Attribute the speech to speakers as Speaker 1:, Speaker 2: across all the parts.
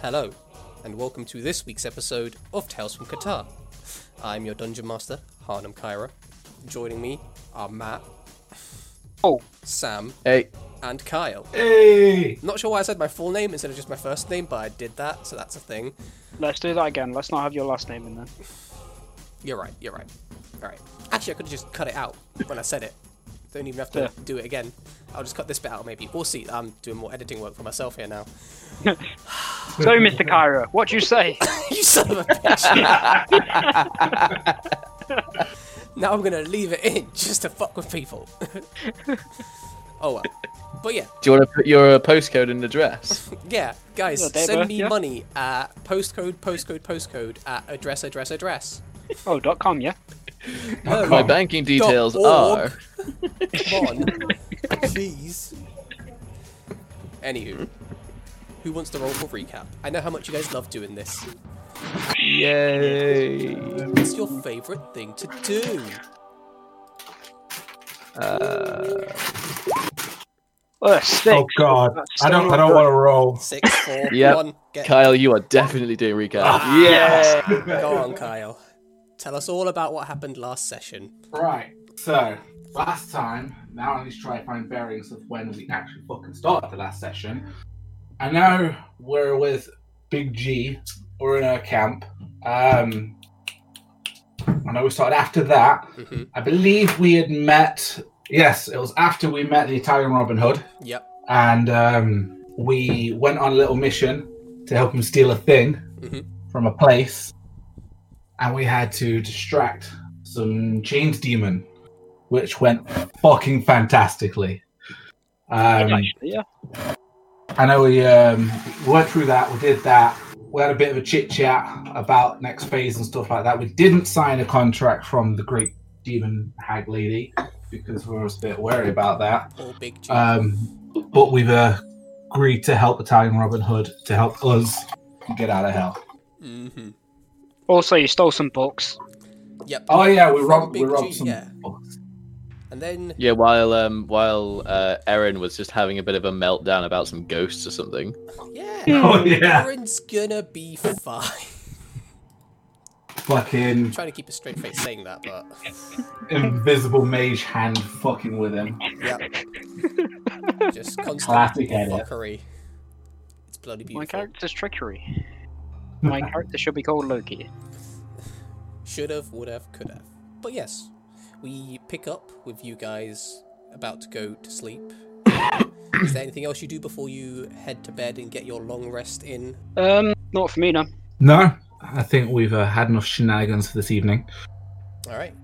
Speaker 1: Hello, and welcome to this week's episode of Tales from Qatar. I'm your dungeon master, Harnam Kyra. Joining me are Matt,
Speaker 2: Oh.
Speaker 1: Sam,
Speaker 3: Hey,
Speaker 1: and Kyle.
Speaker 4: Hey!
Speaker 1: Not sure why I said my full name instead of just my first name, but I did that, so that's a thing.
Speaker 2: Let's do that again. Let's not have your last name in there.
Speaker 1: You're right, you're right. Alright. Actually, I could have just cut it out when I said it. Don't even have to
Speaker 2: Yeah.
Speaker 1: do it again. I'll just cut this bit out, maybe. We'll see. I'm doing more editing work for myself here now.
Speaker 2: So, Mr. Cairo, what do you say?
Speaker 1: you son of a bitch. now I'm gonna leave it in just to fuck with people. oh well. But yeah,
Speaker 3: do you want to put your uh, postcode and address?
Speaker 1: yeah, guys,
Speaker 2: Yeah, they
Speaker 1: send
Speaker 2: were,
Speaker 1: me
Speaker 2: yeah.
Speaker 1: money at postcode, postcode, postcode at address, address, address.
Speaker 2: Oh, dot com, yeah.
Speaker 1: No,
Speaker 3: My banking details
Speaker 1: Oh, org.
Speaker 3: are.
Speaker 1: come on, please. Anywho, who wants to roll for recap? I know how much you guys love doing this.
Speaker 3: Yay!
Speaker 1: It's your favorite thing to do.
Speaker 2: Oh, sick.
Speaker 4: Oh god.
Speaker 2: That's
Speaker 4: I don't
Speaker 2: so
Speaker 4: I don't
Speaker 2: good.
Speaker 4: want to roll.
Speaker 1: Six, four, one.
Speaker 3: Yep.
Speaker 1: Get
Speaker 3: Kyle, you are definitely doing recap.
Speaker 1: Ah.
Speaker 2: Yes.
Speaker 1: Go on, Kyle. Tell us all about what happened last session.
Speaker 5: Right. So last time, now I need to try and find bearings of when we actually fucking started the last session. And now we're with Big G. We're in our camp. Um, I know we started after that.
Speaker 1: Mhm.
Speaker 5: I believe we had met. Yes, it was after we met the Italian Robin Hood,
Speaker 1: Yep.
Speaker 5: and um, we went on a little mission to help him steal a thing
Speaker 1: Mhm.
Speaker 5: from a place, and we had to distract some chains demon, which went fucking fantastically. Um,
Speaker 2: Actually, yeah.
Speaker 5: I know we um, went through that. We did that. We had a bit of a chit chat about next phase and stuff like that. We didn't sign a contract from the great demon hag lady because we were a bit wary about that.
Speaker 1: All big G.
Speaker 5: Um, but we've uh, agreed to help Italian Robin Hood to help us get out of hell.
Speaker 1: hmm
Speaker 2: Also, you stole some books.
Speaker 1: Yep.
Speaker 5: Oh yeah, we
Speaker 1: From
Speaker 5: robbed. We
Speaker 1: Big
Speaker 5: robbed
Speaker 1: G,
Speaker 5: some.
Speaker 1: yeah. And then,
Speaker 3: Yeah, while um while uh, Erin was just having a bit of a meltdown about some ghosts or something.
Speaker 1: yeah,
Speaker 4: Oh,
Speaker 5: Oh yeah.
Speaker 1: Aaron's gonna be fine.
Speaker 5: Fucking
Speaker 1: trying to keep a straight face saying that, but
Speaker 5: invisible mage hand fucking with him.
Speaker 1: yep. Just constant
Speaker 5: Classic edit.
Speaker 1: fuckery. It's bloody
Speaker 2: My
Speaker 1: beautiful.
Speaker 2: character's trickery. My character should be called Loki.
Speaker 1: Should have, would have, could have. But yes, we pick up with you guys about to go to sleep. Is there anything else you do before you head to bed and get your long rest in?
Speaker 2: Um, not for me, no.
Speaker 5: No, I think we've uh, had enough shenanigans for this evening.
Speaker 1: All right.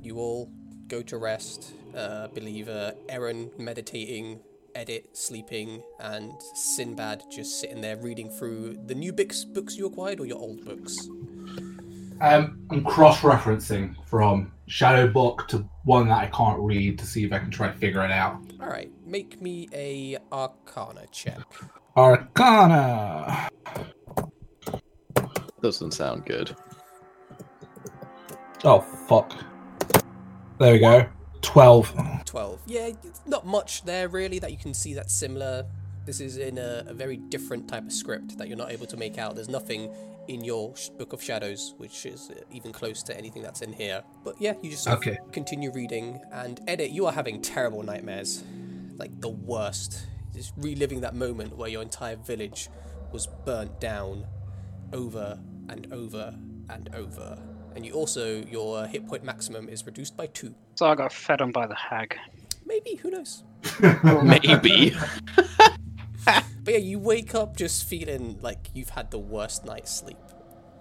Speaker 1: You all go to rest. Uh, believer, Eren meditating, Edit sleeping, and Sinbad just sitting there reading through the new books books you acquired or your old books.
Speaker 5: Um, I'm cross-referencing from Shadow Book to one that I can't read to see if I can try to figure it out.
Speaker 1: All right. Make me a Arcana check.
Speaker 5: Arcana.
Speaker 3: Doesn't sound good.
Speaker 5: Oh fuck. There we go. Twelve.
Speaker 1: 12. Yeah, it's not much there really that you can see that's similar. This is in a, a very different type of script that you're not able to make out. There's nothing in your sh- Book of Shadows which is uh, even close to anything that's in here. But yeah, you just sort of
Speaker 5: Okay.
Speaker 1: continue reading. And Edit, you are having terrible nightmares. Like the worst. Just reliving that moment where your entire village was burnt down over and over and over. And you also, your hit point maximum is reduced by two.
Speaker 2: So I got fed on by the hag.
Speaker 1: Maybe, who knows?
Speaker 3: Maybe.
Speaker 1: But yeah, you wake up just feeling like you've had the worst night's sleep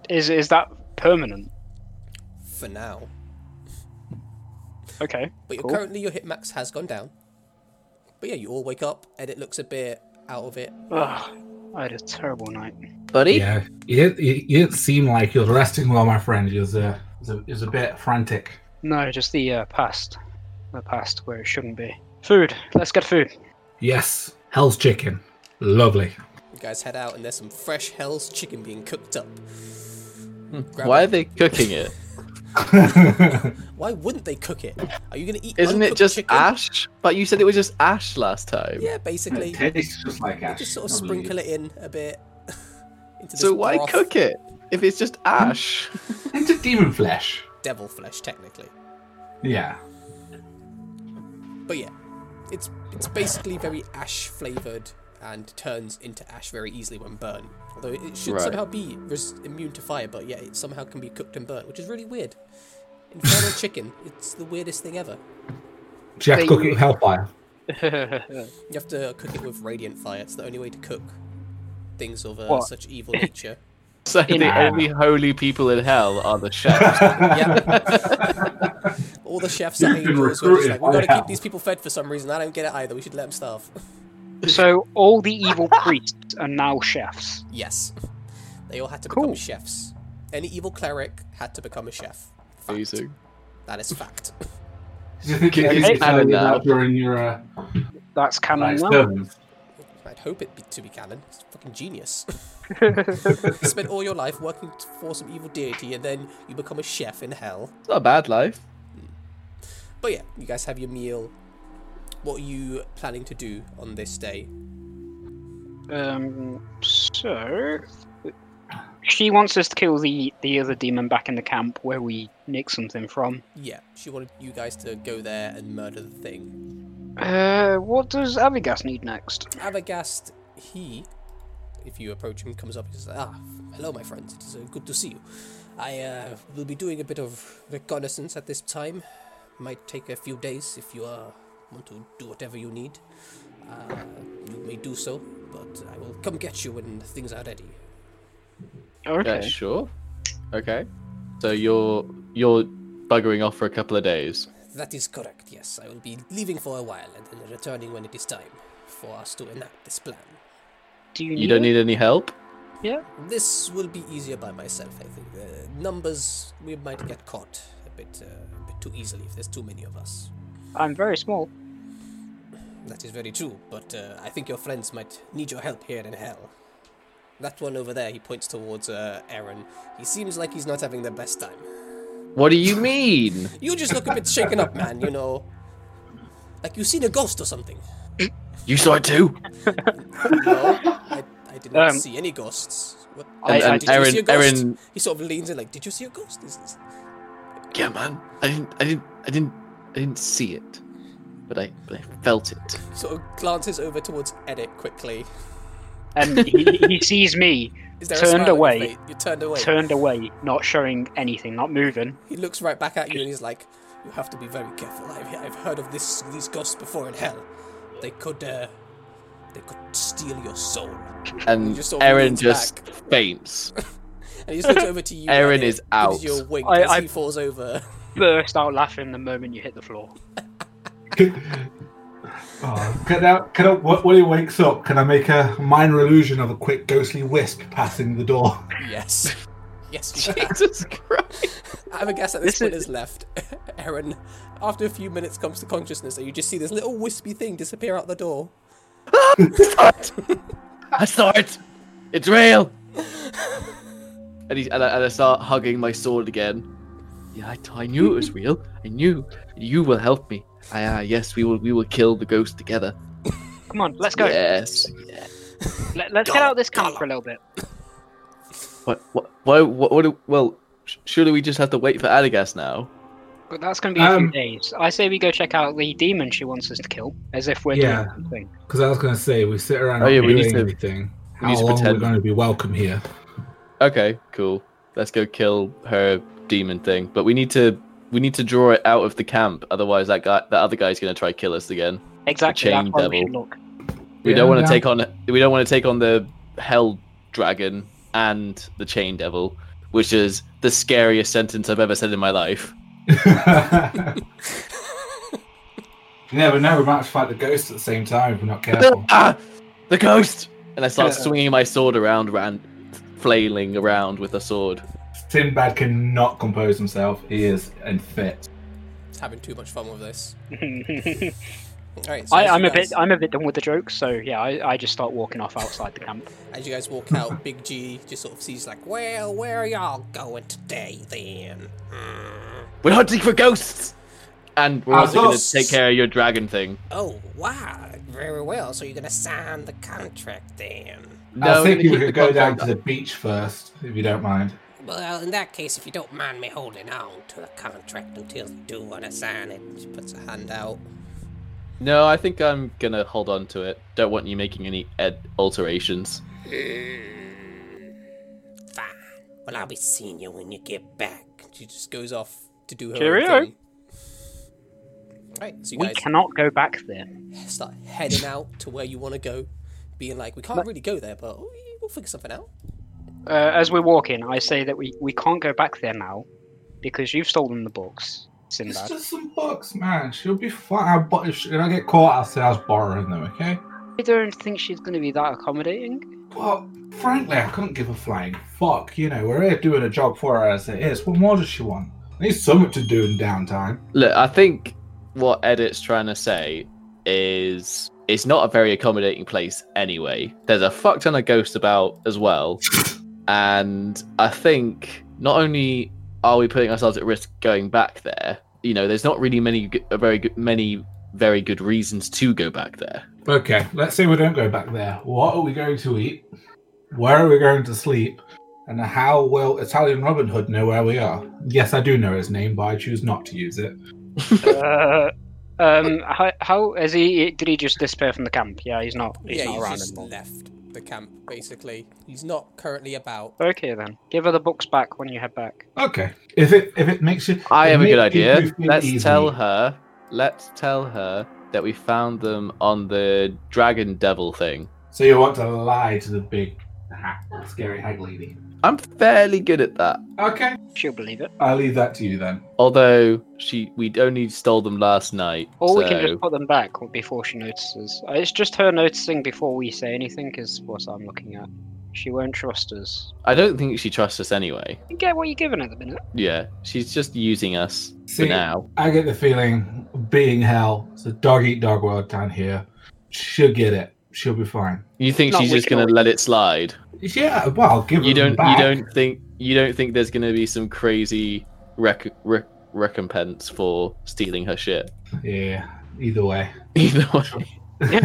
Speaker 2: Is is that permanent?
Speaker 1: for now.
Speaker 2: Okay.
Speaker 1: But you're
Speaker 2: Cool.
Speaker 1: currently your hit max has gone down. But yeah, you all wake up and it looks a bit out of it.
Speaker 2: Ugh, I had a terrible night.
Speaker 3: Buddy?
Speaker 5: Yeah, you didn't, you, you didn't seem like you was resting well, my friend. You was, uh, was, a, you was a bit frantic.
Speaker 2: No, just the uh, past. The past where it shouldn't be. Food. Let's get food.
Speaker 5: Yes, Hell's Chicken. Lovely.
Speaker 1: You guys head out and there's some fresh hell's chicken being cooked up. Grab
Speaker 3: Hmm. Why are
Speaker 1: it.
Speaker 3: they cooking it?
Speaker 1: Why wouldn't they cook it? Are you gonna eat?
Speaker 3: Isn't it
Speaker 1: uncooked
Speaker 3: just
Speaker 1: chicken?
Speaker 3: ash? But you said it was just ash last time.
Speaker 1: Yeah, basically.
Speaker 5: tastes just like
Speaker 1: Just sort of sprinkle it in a bit. Into this
Speaker 3: So why
Speaker 1: broth,
Speaker 3: cook it if it's just ash?
Speaker 5: Into demon flesh.
Speaker 1: Devil flesh, technically.
Speaker 5: Yeah.
Speaker 1: But yeah, it's it's basically very ash flavored and turns into ash very easily when burned. Although it should
Speaker 3: Right.
Speaker 1: somehow be res- immune to fire, but yeah, it somehow can be cooked and burnt, which is really weird. Infernal chicken, it's the weirdest thing ever.
Speaker 5: Do you
Speaker 2: They-
Speaker 5: have to cook it with hellfire?
Speaker 1: You have to cook it with radiant fire. It's the only way to cook things of uh,
Speaker 2: What?
Speaker 1: such evil nature.
Speaker 3: so the
Speaker 2: In-
Speaker 3: only holy people in hell are the chefs.
Speaker 1: yeah. All the chefs and
Speaker 5: You've been
Speaker 1: angels were just
Speaker 5: recruited
Speaker 1: like, we've
Speaker 5: by
Speaker 1: got to keep
Speaker 5: hell."
Speaker 1: these people fed for some reason. I don't get it either. We should let them starve.
Speaker 2: so all the evil priests are now chefs.
Speaker 1: yes. They all had to
Speaker 2: Cool.
Speaker 1: become chefs. Any evil cleric had to become a chef. Fact.
Speaker 3: Amazing.
Speaker 1: That is fact.
Speaker 5: Do you think
Speaker 3: Can
Speaker 5: it
Speaker 3: you
Speaker 5: is
Speaker 3: take that in
Speaker 5: decided
Speaker 3: now?
Speaker 5: that during your uh,
Speaker 2: That's canon
Speaker 5: like,
Speaker 2: now.
Speaker 5: servants?
Speaker 1: I'd hope it be, to be canon. It's fucking genius. you spent all your life working t- for some evil deity and then you become a chef in hell.
Speaker 3: It's not a bad life.
Speaker 1: But yeah, you guys have your meal. What are you planning to do on this day?
Speaker 2: Um, so she wants us to kill the the other demon back in the camp where we nicked something from.
Speaker 1: Yeah, she wanted you guys to go there and murder the thing.
Speaker 2: Uh, what does Avigas need next?
Speaker 1: Abagast, he, if you approach him, comes up and says, Ah, hello, my friend. It is uh, good to see you. I uh, will be doing a bit of reconnaissance at this time. Might take a few days if you uh, want to do whatever you need. Uh, you may do so, but I will come get you when things are ready.
Speaker 3: Yeah,
Speaker 2: Okay.
Speaker 3: sure. Okay. So you're you're buggering off for a couple of days.
Speaker 1: That is correct, yes. I will be leaving for a while and then returning when it is time for us to enact this plan.
Speaker 2: Do you need?
Speaker 3: You don't need any help?
Speaker 2: it? Yeah.
Speaker 1: This will be easier by myself, I think. Uh, numbers, we might get caught a bit, uh, a bit too easily if there's too many of us.
Speaker 2: I'm very small.
Speaker 1: That is very true, but uh, I think your friends might need your help here in hell. That one over there, he points towards uh, Aaron. He seems like he's not having the best time.
Speaker 3: What do you mean?
Speaker 1: You just look a bit shaken up, man, you know. Like you've seen a ghost or something.
Speaker 3: you saw it too?
Speaker 1: No, I, I did not
Speaker 2: Um,
Speaker 1: see any ghosts. What,
Speaker 2: I-
Speaker 3: And,
Speaker 2: I-
Speaker 3: and
Speaker 1: did you see a
Speaker 3: Aaron,
Speaker 1: ghost?
Speaker 3: Aaron,
Speaker 1: He sort of leans in, like, Did you see a ghost? Is this...
Speaker 3: yeah, man. I didn't, I didn't, I didn't, I didn't see it, but I, but I felt it.
Speaker 1: Sort of glances over towards Edit quickly.
Speaker 2: And he, he sees me
Speaker 1: Is there
Speaker 2: Turned
Speaker 1: a smile on your
Speaker 2: away.
Speaker 1: face? You turned away.
Speaker 2: turned away, not showing anything, not moving.
Speaker 1: He looks right back at you and he's like, "You have to be very careful. I've, I've heard of this these ghosts before in hell. They could uh, they could steal your soul."
Speaker 3: And
Speaker 1: just sort of
Speaker 3: Aaron
Speaker 1: leans
Speaker 3: just
Speaker 1: back.
Speaker 3: faints.
Speaker 1: And he just looks over to you.
Speaker 3: Aaron
Speaker 1: and he
Speaker 3: is
Speaker 1: Gives
Speaker 3: out.
Speaker 1: you a wink
Speaker 2: I-
Speaker 1: as
Speaker 2: I-
Speaker 1: he falls over.
Speaker 2: Burst out laughing the moment you hit the floor.
Speaker 5: Oh, can I, can I, wh- when he wakes up, can I make a minor illusion of a quick ghostly wisp passing the door?
Speaker 1: Yes. Yes, you can.
Speaker 3: Jesus Christ!
Speaker 1: I have a guess at this,
Speaker 2: This
Speaker 1: point
Speaker 2: is-
Speaker 1: is left. Aaron, after a few minutes, comes to consciousness, and you just see this little wispy thing disappear out the door.
Speaker 3: I saw it. It's real. and, he's, and, I, and I start hugging my sword again. Yeah, I, t- I knew it was real. I knew you will help me. I, uh, yes, we will. We will kill the ghost together.
Speaker 2: Come on, let's go.
Speaker 3: Yes.
Speaker 2: Let, us get out of this camp for a little bit.
Speaker 3: What? What? Why? What? what do- well, sh- surely we just have to wait for Adagas now.
Speaker 2: But that's going to be a few
Speaker 5: Um,
Speaker 2: days. I say we go check out the demon she wants us to kill, as if we're
Speaker 5: Yeah.
Speaker 2: doing something.
Speaker 5: Because I was going to say, we sit around
Speaker 3: Oh, yeah,
Speaker 5: not
Speaker 3: we need
Speaker 5: doing
Speaker 3: to-
Speaker 5: anything.
Speaker 3: we need
Speaker 5: How
Speaker 3: to
Speaker 5: long are we
Speaker 3: pretend-
Speaker 5: going to be welcome here?
Speaker 3: Okay, cool. Let's go kill her demon thing. But we need to. We need to draw it out of the camp. Otherwise, that guy, that other guy's gonna try kill us again.
Speaker 2: Exactly.
Speaker 3: chain
Speaker 2: That's why we should
Speaker 3: devil.
Speaker 2: look.
Speaker 3: We
Speaker 5: Yeah,
Speaker 3: don't want
Speaker 5: yeah.
Speaker 3: to take on we don't want to take on the hell dragon and the chain devil, which is the scariest sentence I've ever said in my life.
Speaker 5: you never know, we might have to fight the ghost at the same time if we're not careful.
Speaker 3: Ah, the ghost! And I start
Speaker 2: Yeah.
Speaker 3: swinging my sword around, ran, flailing around with a sword.
Speaker 5: Sinbad cannot compose himself. He is in fit.
Speaker 1: He's having too much fun with this.
Speaker 2: I,
Speaker 1: All right. So as you
Speaker 2: I'm a
Speaker 1: guys-
Speaker 2: bit. I'm a bit done with the jokes, so yeah, I, I just start walking off outside the camp.
Speaker 1: As you guys walk out, Big G just sort of sees like, "Well, where are y'all going today then?" Hmm.
Speaker 3: We're hunting for ghosts, and we're
Speaker 5: Ah,
Speaker 3: also going to
Speaker 1: ghosts.
Speaker 3: take care of your dragon thing.
Speaker 1: Oh, wow. Very well. So you're going to sign the contract then.
Speaker 5: I
Speaker 3: No,
Speaker 5: was
Speaker 3: we're
Speaker 5: thinking
Speaker 3: gonna keep
Speaker 5: we
Speaker 3: the
Speaker 5: could go down
Speaker 3: contact
Speaker 5: to
Speaker 3: up.
Speaker 5: the beach first, if you don't mind.
Speaker 1: Well, in that case, if you don't mind me holding on to the contract until you do want to sign it, she puts a hand out.
Speaker 3: No, I think I'm gonna hold on to it. Don't want you making any ed- alterations.
Speaker 1: Fine. Well, I'll be seeing you when you get back. She just goes off to do her own
Speaker 2: Cheerio.
Speaker 1: thing. Right, so you
Speaker 2: We
Speaker 1: guys
Speaker 2: cannot go back there.
Speaker 1: start heading out to where you want to go, being like, we can't really go there, but we- we'll figure something out.
Speaker 2: Uh, as we're walking, I say that we, we can't go back there now because you've stolen the books,
Speaker 5: It's
Speaker 2: Sinbad.
Speaker 5: just some books, man. She'll be fine. I'll, bo- if she- if I get caught, I'll say I was borrowing them, okay?
Speaker 2: I don't think she's going to be that accommodating.
Speaker 5: Well, frankly, I couldn't give a flying fuck. You know, we're here doing a job for her as it is. What more does she want? I need something to do in downtime.
Speaker 3: Look, I think what Edit's trying to say is it's not a very accommodating place anyway. There's a fuck ton of ghosts about as well. And I think not only are we putting ourselves at risk going back there, you know, there's not really many g- a very good many very good reasons to go back there.
Speaker 5: Okay, let's say we don't go back there. What are we going to eat? Where are we going to sleep? And how will Italian Robin Hood know where we are? Yes, I do know his name, but I choose not to use it.
Speaker 2: uh, um, how, how is he? Did he just disappear from the camp? Yeah, he's not. He's
Speaker 1: yeah,
Speaker 2: not
Speaker 1: he's
Speaker 2: around
Speaker 1: just
Speaker 2: anymore.
Speaker 1: left the camp, basically. He's not currently about.
Speaker 2: Okay then, give her the books back when you head back.
Speaker 5: Okay, if it if it makes you,
Speaker 3: I
Speaker 5: it
Speaker 3: have a good
Speaker 5: makes you
Speaker 3: idea.
Speaker 5: feel
Speaker 3: Let's
Speaker 5: easy.
Speaker 3: tell her. Let's tell her that we found them on the dragon devil thing.
Speaker 5: So you want to lie to the big ha- scary hag lady?
Speaker 3: I'm fairly good at that.
Speaker 5: Okay,
Speaker 2: She'll believe it.
Speaker 5: I'll leave that to you then.
Speaker 3: Although she, we only stole them last night.
Speaker 2: Or we can
Speaker 3: so-
Speaker 2: just put them back before she notices. Uh, It's just her noticing before we say anything is what I'm looking at. She won't trust us.
Speaker 3: I don't think she trusts us anyway.
Speaker 2: You get what you're given at the minute.
Speaker 3: Yeah, she's just using us
Speaker 5: See,
Speaker 3: for now.
Speaker 5: I get the feeling being hell. It's a dog eat dog world down here. She'll get it. She'll be fine.
Speaker 3: You think
Speaker 2: Not
Speaker 3: she's
Speaker 2: we
Speaker 3: just
Speaker 2: can
Speaker 3: gonna
Speaker 2: always-
Speaker 3: let it slide?
Speaker 5: Yeah, well, I'll give
Speaker 3: You
Speaker 5: it
Speaker 3: don't.
Speaker 5: back.
Speaker 3: You don't think. You don't think there's gonna be some crazy rec- re- recompense for stealing her shit.
Speaker 5: Yeah. Either way.
Speaker 3: Either way.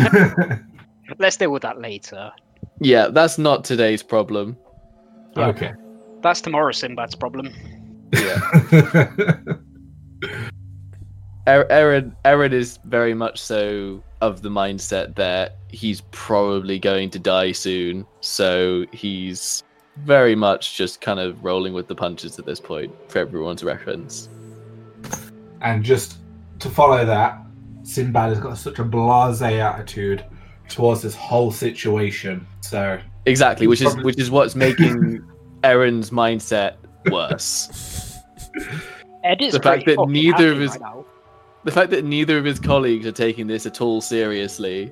Speaker 2: Let's deal with that later.
Speaker 3: Yeah, that's not today's problem.
Speaker 2: Yeah.
Speaker 5: okay.
Speaker 2: That's tomorrow Sinbad's problem.
Speaker 3: Yeah. Er- Aaron, Aaron is very much so of the mindset that he's probably going to die soon, so he's very much just kind of rolling with the punches at this point for everyone's reference.
Speaker 5: and just to follow that, Sinbad has got such a blasé attitude towards this whole situation. So
Speaker 3: Exactly, which is
Speaker 5: Probably-
Speaker 3: which is what's making Aaron's mindset worse.
Speaker 2: Ed is
Speaker 3: The fact
Speaker 2: pretty
Speaker 3: that
Speaker 2: fucking
Speaker 3: neither of
Speaker 2: happy
Speaker 3: his-
Speaker 2: right now.
Speaker 3: the fact that neither of his colleagues are taking this at all seriously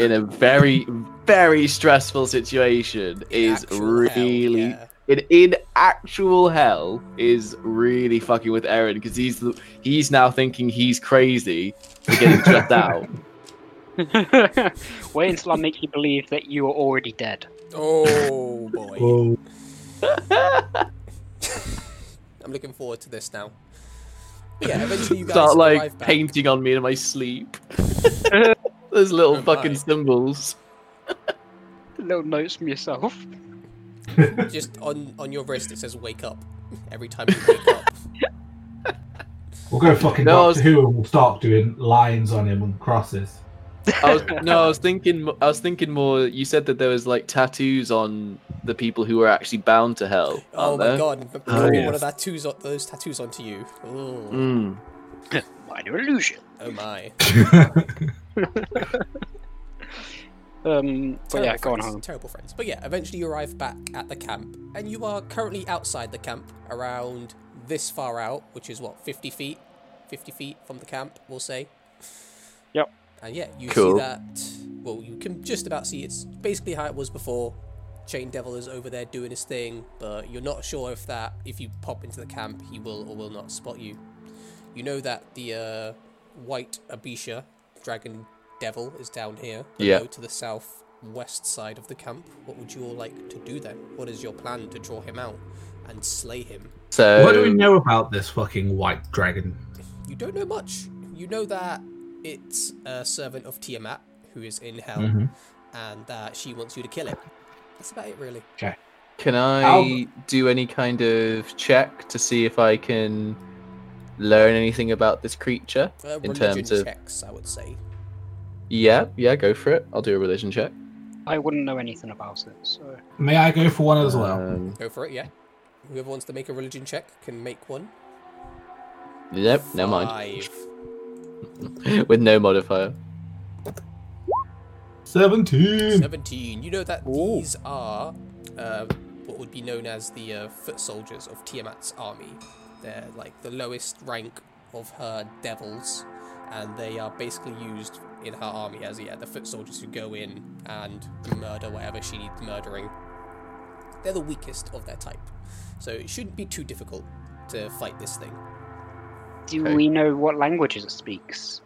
Speaker 3: in a very very stressful situation is
Speaker 1: actual hell,
Speaker 3: really
Speaker 1: yeah.
Speaker 3: in, in actual hell is really fucking with Aaron because he's the, he's now thinking he's crazy for getting shut out.
Speaker 2: Wait until I make you believe that you are already dead.
Speaker 1: Oh, boy.
Speaker 5: Oh,
Speaker 1: I'm looking forward to this now. But yeah, eventually you guys
Speaker 3: Start
Speaker 1: arrive
Speaker 3: like
Speaker 1: back.
Speaker 3: painting on me in my sleep. Those little
Speaker 1: Oh my.
Speaker 3: fucking symbols.
Speaker 2: Little notes from yourself.
Speaker 1: Just on, on your wrist, it says wake up every time you wake up.
Speaker 5: we'll go fucking
Speaker 3: No, I
Speaker 5: Doctor
Speaker 3: was-
Speaker 5: Who and we'll start doing lines on him and crosses.
Speaker 3: I was, no, I was thinking. I was thinking more. You said that there was like tattoos on the people who were actually bound to hell.
Speaker 1: Oh
Speaker 3: aren't
Speaker 1: my
Speaker 3: there?
Speaker 1: god, draw
Speaker 3: Oh,
Speaker 1: one
Speaker 3: yes.
Speaker 1: of that tattoos on, those tattoos onto you. Ooh,
Speaker 3: Mm.
Speaker 2: Minor illusion.
Speaker 1: Oh my.
Speaker 2: Um, but yeah, go on
Speaker 1: friends,
Speaker 2: home.
Speaker 1: Terrible friends. But yeah, eventually you arrive back at the camp, and you are currently outside the camp, around this far out, which is what, 50 feet? 50 feet from the camp, we'll say.
Speaker 2: Yep.
Speaker 1: And yeah, you
Speaker 3: Cool.
Speaker 1: see that. Well, you can just about see it's basically how it was before. Chain Devil is over there doing his thing, but you're not sure if that, if you pop into the camp, he will or will not spot you. You know that the uh, white Abisha, Dragon Devil, is down here.
Speaker 3: Yeah.
Speaker 1: below To the south west side of the camp. What would you all like to do then? What is your plan to draw him out and slay him?
Speaker 3: So
Speaker 5: what do we know about this fucking white dragon?
Speaker 1: You don't know
Speaker 3: Mm-hmm.
Speaker 1: much. You know that it's a servant of Tiamat who is in hell,
Speaker 5: Mhm.
Speaker 1: and that she wants you to kill it. That's about it, really.
Speaker 3: Can I
Speaker 5: How-
Speaker 3: do any kind of check to see if I can learn anything about this creature?
Speaker 1: Uh,
Speaker 3: In
Speaker 1: religion
Speaker 3: terms of-
Speaker 1: checks, I would say.
Speaker 3: Yeah, yeah, go for it. I'll do a religion check.
Speaker 2: I wouldn't know anything about it, so
Speaker 5: May I go for one as well?
Speaker 3: Um,
Speaker 1: Go for it, yeah. Whoever wants to make a religion check can make one.
Speaker 3: nope, never mind.
Speaker 1: Five.
Speaker 3: With no modifier.
Speaker 5: 17!
Speaker 1: 17. You know that
Speaker 2: Ooh.
Speaker 1: these are uh, what would be known as the uh, foot soldiers of Tiamat's army. They're like the lowest rank of her devils, and they are basically used in her army as yeah, the foot soldiers who go in and murder whatever she needs murdering. They're the weakest of their type, so it shouldn't be too difficult to fight this thing.
Speaker 2: do
Speaker 3: Okay.
Speaker 2: we know what languages it speaks?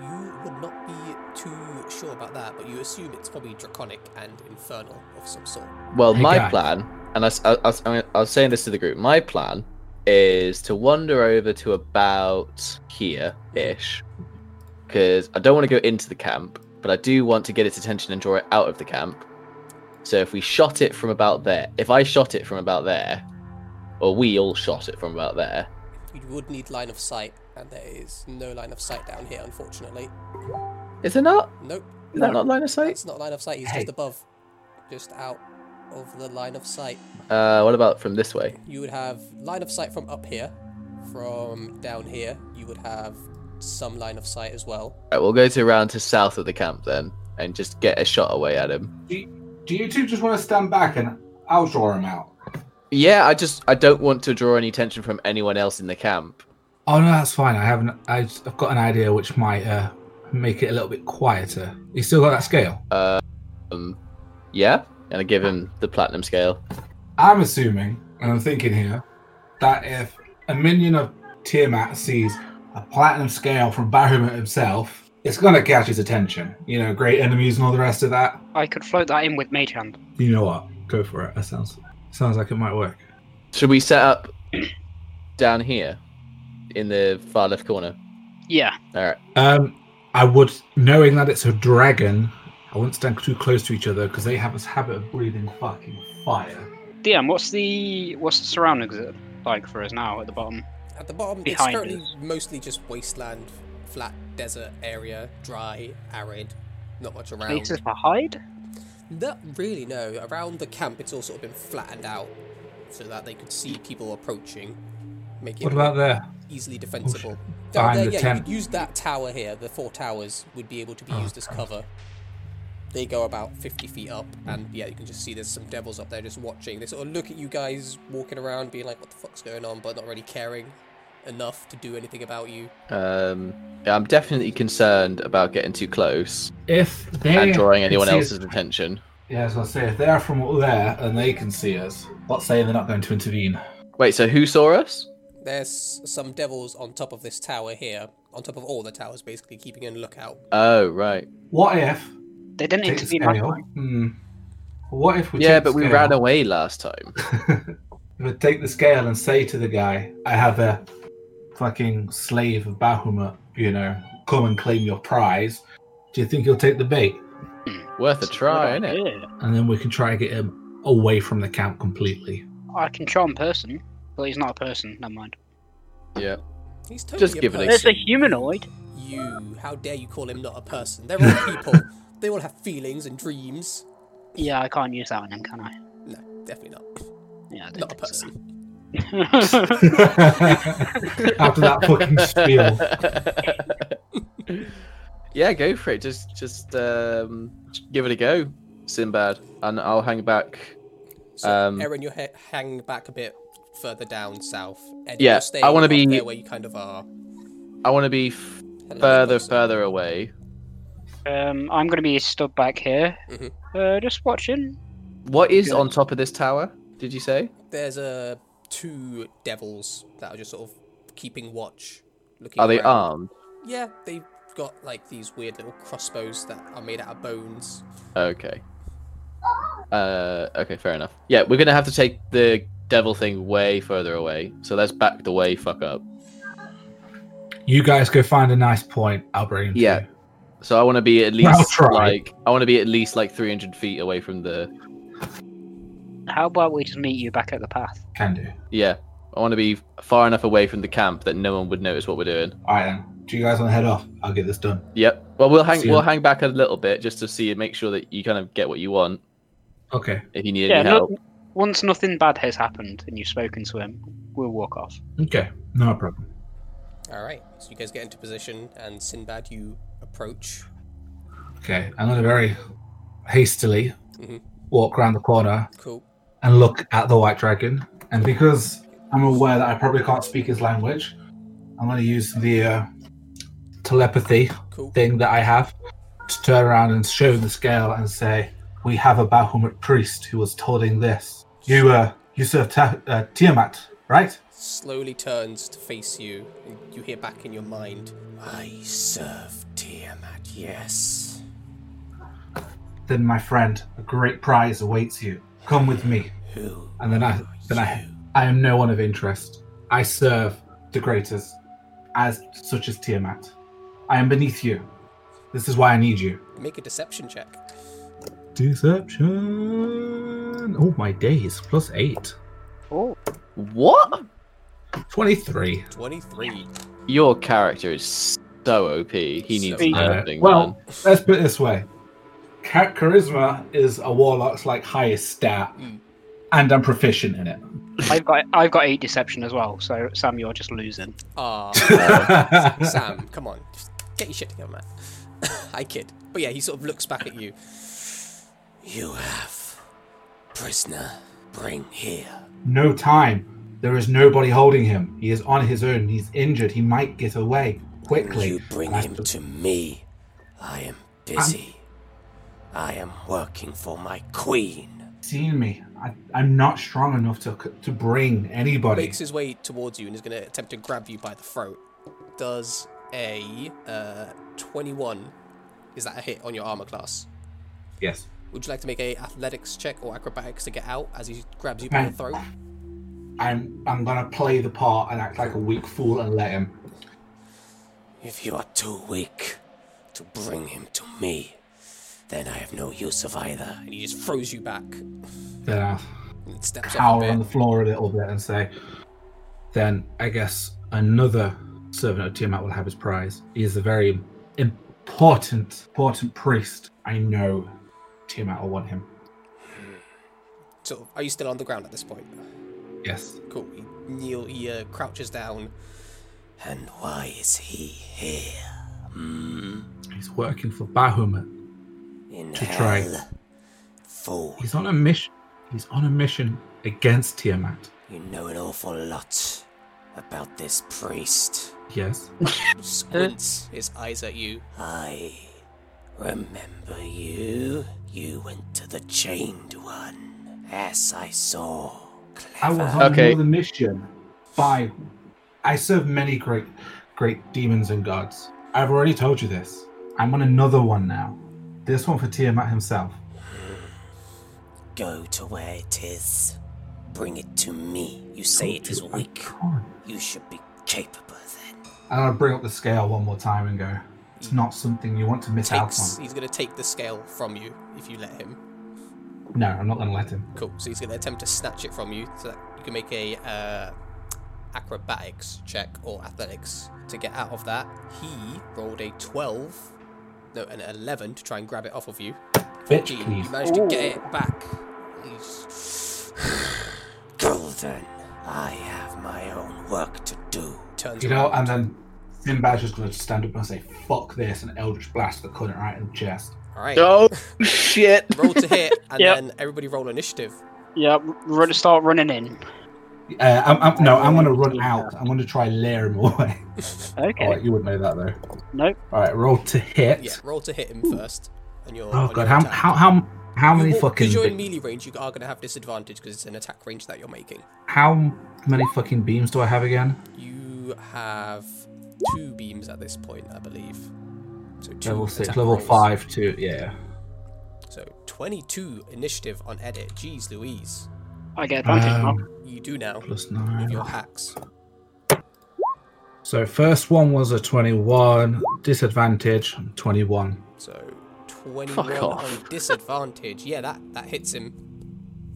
Speaker 1: You would not be too sure about that, but you assume it's probably draconic and infernal of some sort.
Speaker 3: Well,
Speaker 5: Hey,
Speaker 3: my
Speaker 5: guys.
Speaker 3: plan, and I, s- I- I s- I mean, I was saying this to the group, my plan is to wander over to about here ish. Because I don't want to go into the camp, but I do want to get its attention and draw it out of the camp. So if we shot it from about there, if I shot it from about there, or we all shot it from about there,
Speaker 1: You would need line of sight, and there is no line of sight down here, unfortunately.
Speaker 3: is it not?
Speaker 1: Nope,
Speaker 3: Is that not line of sight?
Speaker 1: that's not line of sight. He's
Speaker 5: Hey.
Speaker 1: just above, just out of the line of sight.
Speaker 3: Uh, what about from this way?
Speaker 1: You would have line of sight from up here, from down here. You would have some line of sight as well.
Speaker 3: Right, we'll go to around to south of the camp then, and just get a shot away at him.
Speaker 5: Do you two just want to stand back and I'll draw him out?
Speaker 3: Yeah, I just I don't want to draw any attention from anyone else in the camp.
Speaker 5: Oh no, that's fine. I haven't. I've I've got an idea which might uh, make it a little bit quieter. You still got that scale?
Speaker 3: Um, yeah, and I give him the platinum scale.
Speaker 5: I'm assuming, and I'm thinking here, that if a minion of Tiamat sees a platinum scale from Bahamut himself, it's gonna catch his attention. You know, great enemies and all the rest of that.
Speaker 2: I could float that in with Mage Hand.
Speaker 5: You know what? Go for it. That sounds sounds like it might work.
Speaker 3: Should we set up down here in the far left corner?
Speaker 2: Yeah,
Speaker 3: All right.
Speaker 5: Um, I would, knowing that it's a dragon, I wouldn't stand too close to each other because they have this habit of breathing fucking fire.
Speaker 2: DM. What's the what's the surroundings it like for us now at the bottom?
Speaker 1: At the bottom,
Speaker 2: Behind
Speaker 1: it's currently
Speaker 2: us.
Speaker 1: mostly just wasteland, flat desert area, dry, arid, not much around.
Speaker 2: Places for hide?
Speaker 1: Not really, no. Around the camp, it's all sort of been flattened out so that they could see people approaching, making
Speaker 5: What about there?
Speaker 1: it easily defensible.
Speaker 5: Behind the
Speaker 1: yeah, you
Speaker 5: tent.
Speaker 1: could use that tower here. The four towers would be able to be
Speaker 5: Oh,
Speaker 1: used as cover. They go about 50 feet up, and yeah, you can just see there's some devils up there just watching. They sort of look at you guys walking around, being like, what the fuck's going on, but not really caring enough to do anything about you.
Speaker 3: Um, yeah, I'm definitely concerned about getting too close
Speaker 5: If they
Speaker 3: and drawing anyone
Speaker 5: can see us-
Speaker 3: else's attention.
Speaker 5: yeah, I was gonna say if they're from up there and they can see us, let's say they're not going to intervene.
Speaker 3: Wait, so who saw us?
Speaker 1: There's some devils on top of this tower here, on top of all the towers, basically keeping a lookout.
Speaker 3: Oh, right.
Speaker 5: What if
Speaker 2: They didn't
Speaker 5: take the
Speaker 2: intervene last
Speaker 5: scale?
Speaker 2: time.
Speaker 5: Hmm. What if we
Speaker 3: yeah,
Speaker 5: take the
Speaker 3: but we
Speaker 5: scale-
Speaker 3: ran away last time.
Speaker 5: we take the scale and say to the guy, "I have a fucking slave of Bahamut, you know, come and claim your prize." Do you think he'll take the bait?
Speaker 3: Worth a try,
Speaker 2: Good
Speaker 3: innit?
Speaker 2: idea.
Speaker 5: And then we can try and get him away from the camp completely.
Speaker 2: I can charm person, but he's not a person. Never mind.
Speaker 3: Yeah.
Speaker 1: He's totally
Speaker 3: Just
Speaker 1: a
Speaker 3: give it a-
Speaker 1: person.
Speaker 2: There's a humanoid.
Speaker 1: You, how dare you call him not a person? They're all people. they all have feelings and dreams.
Speaker 2: Yeah, I can't use that on him, can I?
Speaker 1: No, definitely not.
Speaker 2: Yeah, I don't
Speaker 1: Not a
Speaker 2: think
Speaker 1: person.
Speaker 2: so.
Speaker 5: After that fucking spiel.
Speaker 3: yeah, go for it. Just just um, just give it a go, Sinbad, and I'll hang back.
Speaker 1: So,
Speaker 3: Um,
Speaker 1: Erin, you ha- hang back a bit further down south. Ed,
Speaker 3: Yeah,
Speaker 1: you're staying
Speaker 3: I wanna
Speaker 1: up
Speaker 3: be-
Speaker 1: there where you kind of are.
Speaker 3: I want to be f-
Speaker 1: Hello,
Speaker 3: further
Speaker 1: folks.
Speaker 3: further away.
Speaker 2: um, I'm going to be stood back here,
Speaker 1: Mhm.
Speaker 3: Mm-hmm.
Speaker 2: uh, just watching.
Speaker 3: What is
Speaker 2: Yeah.
Speaker 3: on top of this tower? Did you say?
Speaker 1: There's uh, two devils that are just sort of keeping watch. Looking
Speaker 3: Are they
Speaker 1: around.
Speaker 3: armed?
Speaker 1: Yeah, they've got like these weird little crossbows that are made out of bones.
Speaker 3: Okay. Uh, okay, fair enough. Yeah, we're gonna have to take the devil thing way further away. So let's back the way fuck up.
Speaker 5: You guys go find a nice point. I'll bring him. to
Speaker 3: Yeah.
Speaker 5: you.
Speaker 3: So I want to be at
Speaker 5: Well
Speaker 3: least
Speaker 5: tried.
Speaker 3: like I want to be at least like 300 feet away from the
Speaker 2: How about we just meet you back at the path?
Speaker 5: Can do.
Speaker 3: yeah. I want to be far enough away from the camp that no one would notice what we're doing.
Speaker 5: All right, then. Do you guys want to head off? I'll get this done.
Speaker 3: Yep. Well, we'll hang
Speaker 5: See
Speaker 3: we'll
Speaker 5: ya.
Speaker 3: hang back a little bit just to see and make sure that you kind of get what you want
Speaker 5: Okay.
Speaker 3: if you need
Speaker 2: Yeah,
Speaker 3: any
Speaker 2: no-
Speaker 3: help.
Speaker 2: Once nothing bad has happened and you've spoken to him, we'll walk off.
Speaker 5: Okay. No problem.
Speaker 1: All right. So you guys get into position, and Sinbad, you approach.
Speaker 5: Okay. I'm gonna very hastily
Speaker 1: Mhm.
Speaker 5: walk around the corner
Speaker 1: Cool.
Speaker 5: and look at the white dragon. And because I'm aware that I probably can't speak his language, I'm gonna use the uh, telepathy
Speaker 1: Cool.
Speaker 5: thing that I have to turn around and show the scale and say, "We have a Bahamut priest who was holding this. You, uh, you serve Ta- uh, Tiamat, right?"
Speaker 1: Slowly turns to face you, and you hear back in your mind, "I serve Tiamat. Yes."
Speaker 5: Then, my friend, a great prize awaits you. Come with me.
Speaker 1: Who?
Speaker 5: And then I, then I, I am no one of interest. I serve the greatest, as such as Tiamat. I am beneath you. This is why I need you.
Speaker 1: Make a deception check.
Speaker 5: Deception. Oh my days! Plus eight.
Speaker 2: Oh,
Speaker 3: What?
Speaker 5: Twenty-three.
Speaker 1: Twenty-three.
Speaker 3: Your character is so OP. He needs
Speaker 1: So-
Speaker 5: Uh,
Speaker 3: nothing.
Speaker 5: well,
Speaker 3: man.
Speaker 5: Let's put it this way: Cha- charisma is a warlock's like highest stat,
Speaker 1: Mm.
Speaker 5: and I'm proficient in it.
Speaker 2: I've got I've got eight deception as well. So Sam, you're just losing.
Speaker 1: Ah. Sam, come on. Just get your shit together, man. I kid. But yeah, he sort of looks back at you. You have prisoner. Bring here.
Speaker 5: no time. There is nobody holding him. He is on his own. He's injured. He might get away quickly.
Speaker 4: You bring
Speaker 5: And I
Speaker 4: him
Speaker 5: put-
Speaker 4: to me. I am busy. I am working for my queen.
Speaker 5: Seen me. I, I'm not strong enough to c- to bring anybody.
Speaker 1: Makes his way towards you and is going to attempt to grab you by the throat. Does a uh, 21. Is that a hit on your armor class?
Speaker 5: Yes.
Speaker 1: Would you like to make a athletics check or acrobatics to get out as he grabs you by the
Speaker 5: Man.
Speaker 1: throat?
Speaker 5: I'm I'm gonna play the part and act like a weak fool and let him.
Speaker 4: If you are too weak to bring him to me, then I have no use of either.
Speaker 1: And he just throws you back
Speaker 5: Then I'll
Speaker 1: and steps up a
Speaker 5: cower uh, on the
Speaker 1: bit.
Speaker 5: floor a little bit and say, "Then I guess another servant of Tiamat will have his prize. He is a very important important priest. I know Tiamat will want him.
Speaker 1: So, are you still on the ground at this point?
Speaker 5: Yes.
Speaker 1: Cool. He, kneel, he uh, crouches down
Speaker 4: And why is he here? Hmm.
Speaker 5: He's working for Bahamut."
Speaker 4: In
Speaker 5: To try.
Speaker 4: hell. Fool,
Speaker 5: He's on a mission. He's on a mission against Tiamat.
Speaker 4: you know an awful lot about this priest.
Speaker 5: Yes.
Speaker 1: squints his eyes at you.
Speaker 4: I remember you. You went to the chained one. Yes, I saw.
Speaker 5: I
Speaker 4: Clever.
Speaker 5: was on
Speaker 3: Okay.
Speaker 5: another mission. By, I serve many great, great demons and gods. I've already told you this. I'm on another one now. This one for Tiamat himself.
Speaker 4: Go to where it is. Bring it to me. You say it is
Speaker 5: I
Speaker 4: weak.
Speaker 5: can't.
Speaker 4: You should be capable then.
Speaker 5: And I'll bring up the scale one more time and go. It's not something you want to miss
Speaker 1: Takes,
Speaker 5: out
Speaker 1: he's going to take the scale from you if you let him.
Speaker 5: on. No, I'm not going to let him.
Speaker 1: Cool. So he's going to attempt to snatch it from you, so that you can make a uh, acrobatics check or athletics to get out of that. He rolled a twelve, no, an eleven to try and grab it off of you.
Speaker 5: Bitch,
Speaker 1: Gee,
Speaker 5: please.
Speaker 1: you managed to get it back. He's-
Speaker 4: Golden, I have my own work to do.
Speaker 1: turns
Speaker 5: You know,
Speaker 1: around.
Speaker 5: and then Sinbad's just going to stand up and say, "Fuck this," and Eldritch blast the cunt right in the chest.
Speaker 1: All right.
Speaker 3: Oh shit!
Speaker 1: Roll to hit, and
Speaker 2: Yep.
Speaker 1: then everybody roll initiative.
Speaker 2: Yeah, run, start running in.
Speaker 5: Uh, I'm, I'm, no, I'm going to run out. I'm going to try and layer him away.
Speaker 2: Okay.
Speaker 5: All right, you wouldn't know that though.
Speaker 2: Nope.
Speaker 5: All right, roll to hit.
Speaker 1: Yeah, roll to hit him first. And you're
Speaker 5: Oh
Speaker 1: on
Speaker 5: god,
Speaker 1: your
Speaker 5: how
Speaker 1: attack.
Speaker 5: how how how many fucking
Speaker 1: Because you're in
Speaker 5: bi-
Speaker 1: melee range, you are going to have disadvantage because it's an attack range that you're making.
Speaker 5: how many fucking beams do I have again?
Speaker 1: You have two beams at this point, I believe. So two
Speaker 5: Level six,
Speaker 1: attack
Speaker 5: level
Speaker 1: rolls.
Speaker 5: five, two. Yeah.
Speaker 1: So 22 initiative on edit. Jeez Louise.
Speaker 2: I get advantage. now.
Speaker 5: Um,
Speaker 1: You do now
Speaker 5: plus
Speaker 1: with
Speaker 5: nine.
Speaker 1: your hacks.
Speaker 5: So first one was a 21, disadvantage 21.
Speaker 1: So 21
Speaker 3: Fuck off.
Speaker 1: on disadvantage. yeah, that, that hits him.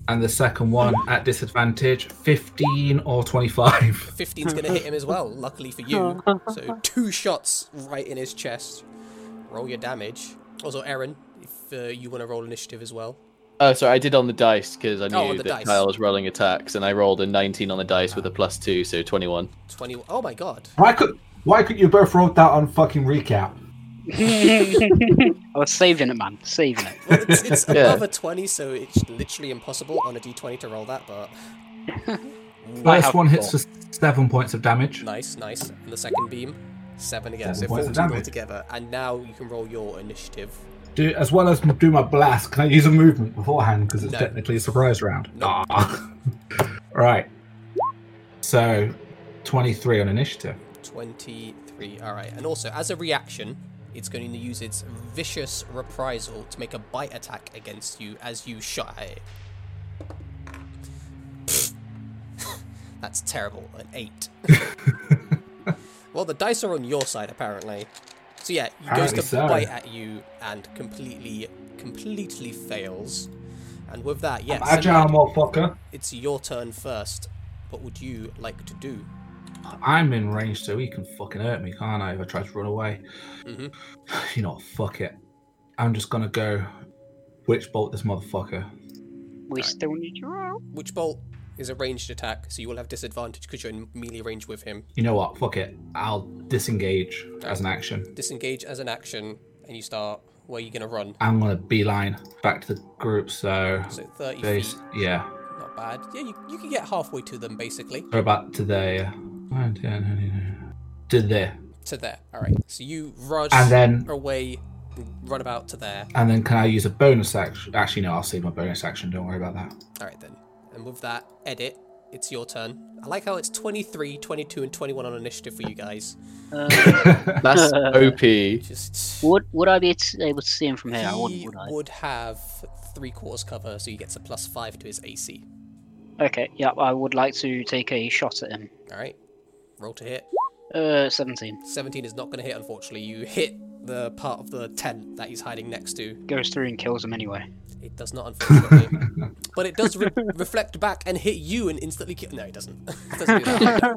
Speaker 5: And the second one at disadvantage 15 or 25.
Speaker 1: 15's going to hit him as well, luckily for you. So two shots right in his chest. Roll your damage. Also, Aaron, if uh, you want to roll initiative as well.
Speaker 3: Oh, sorry, I did on the dice because I
Speaker 1: Oh, on
Speaker 3: knew
Speaker 1: the
Speaker 3: that
Speaker 1: dice.
Speaker 3: Kyle was rolling attacks, and I rolled a 19 on the dice with a plus two, so 21.
Speaker 1: 21. Oh my god.
Speaker 6: Why could why could you both wrote that on fucking recap?
Speaker 2: I was saving it, man. Saving it.
Speaker 1: Well, it's, it's
Speaker 3: Yeah.
Speaker 1: above a 20, so it's literally impossible on a d20 to roll that, but
Speaker 5: First one hits for seven points of damage.
Speaker 1: nice, nice. And the second beam, 7 again.
Speaker 6: Seven
Speaker 1: so
Speaker 6: points of
Speaker 1: 14
Speaker 6: damage.
Speaker 1: altogether. And now you can roll your initiative.
Speaker 6: Do as well as do my blast. Can I use a movement beforehand because it's
Speaker 1: No.
Speaker 6: technically a surprise round?
Speaker 1: No.
Speaker 6: Ah.
Speaker 5: Right. So 23 on initiative.
Speaker 1: 23. All right. And also, as a reaction, it's going to use its vicious reprisal to make a bite attack against you as you shot at it. That's terrible. An eight. well, the dice are on your side apparently. So yeah, he goes
Speaker 5: Apparently
Speaker 1: to
Speaker 5: so.
Speaker 1: bite at you and completely, completely fails. And with that, yes,
Speaker 6: Agile motherfucker.
Speaker 1: it's your turn first. What would you like to do?
Speaker 5: I'm in range, so he can fucking hurt me, can't I? If I try to run away.
Speaker 1: Mhm.
Speaker 5: You know, what, fuck it. I'm just gonna go witch bolt this motherfucker.
Speaker 2: We still need your help.
Speaker 1: Which bolt is a ranged attack, so you will have disadvantage because you're in melee range with him.
Speaker 5: You know what? Fuck it. I'll disengage as an action.
Speaker 1: Disengage as an action, and you start where you're gonna run.
Speaker 5: I'm gonna beeline back to the group. So,
Speaker 1: So 30
Speaker 5: base,
Speaker 1: feet,
Speaker 5: yeah,
Speaker 1: not bad. Yeah, you, you can get halfway to them basically.
Speaker 5: we're about to there. Did there,
Speaker 1: To there. All right. So you rush
Speaker 5: and then
Speaker 1: away, run about to there.
Speaker 5: and then can I use a bonus action? Actually, no. I'll save my bonus action. Don't worry about that.
Speaker 1: All right then. And with that, edit. It's your turn. I like how it's 23, 22, and 21 on initiative for you guys.
Speaker 2: Uh,
Speaker 3: That's OP.
Speaker 1: Just
Speaker 2: would would I be able to see him from here? I wouldn't,
Speaker 1: he
Speaker 2: would I?
Speaker 1: would have three quarters cover, so he gets a plus five to his AC.
Speaker 2: Okay, yeah, I would like to take a shot at him.
Speaker 1: All right. Roll to hit.
Speaker 2: Uh, 17.
Speaker 1: 17 is not going to hit, unfortunately. You hit the part of the tent that he's hiding next to.
Speaker 2: Goes through and kills him anyway.
Speaker 1: It does not, unfortunately. but it does re- reflect back and hit you and instantly kill. No, it doesn't. It doesn't do that.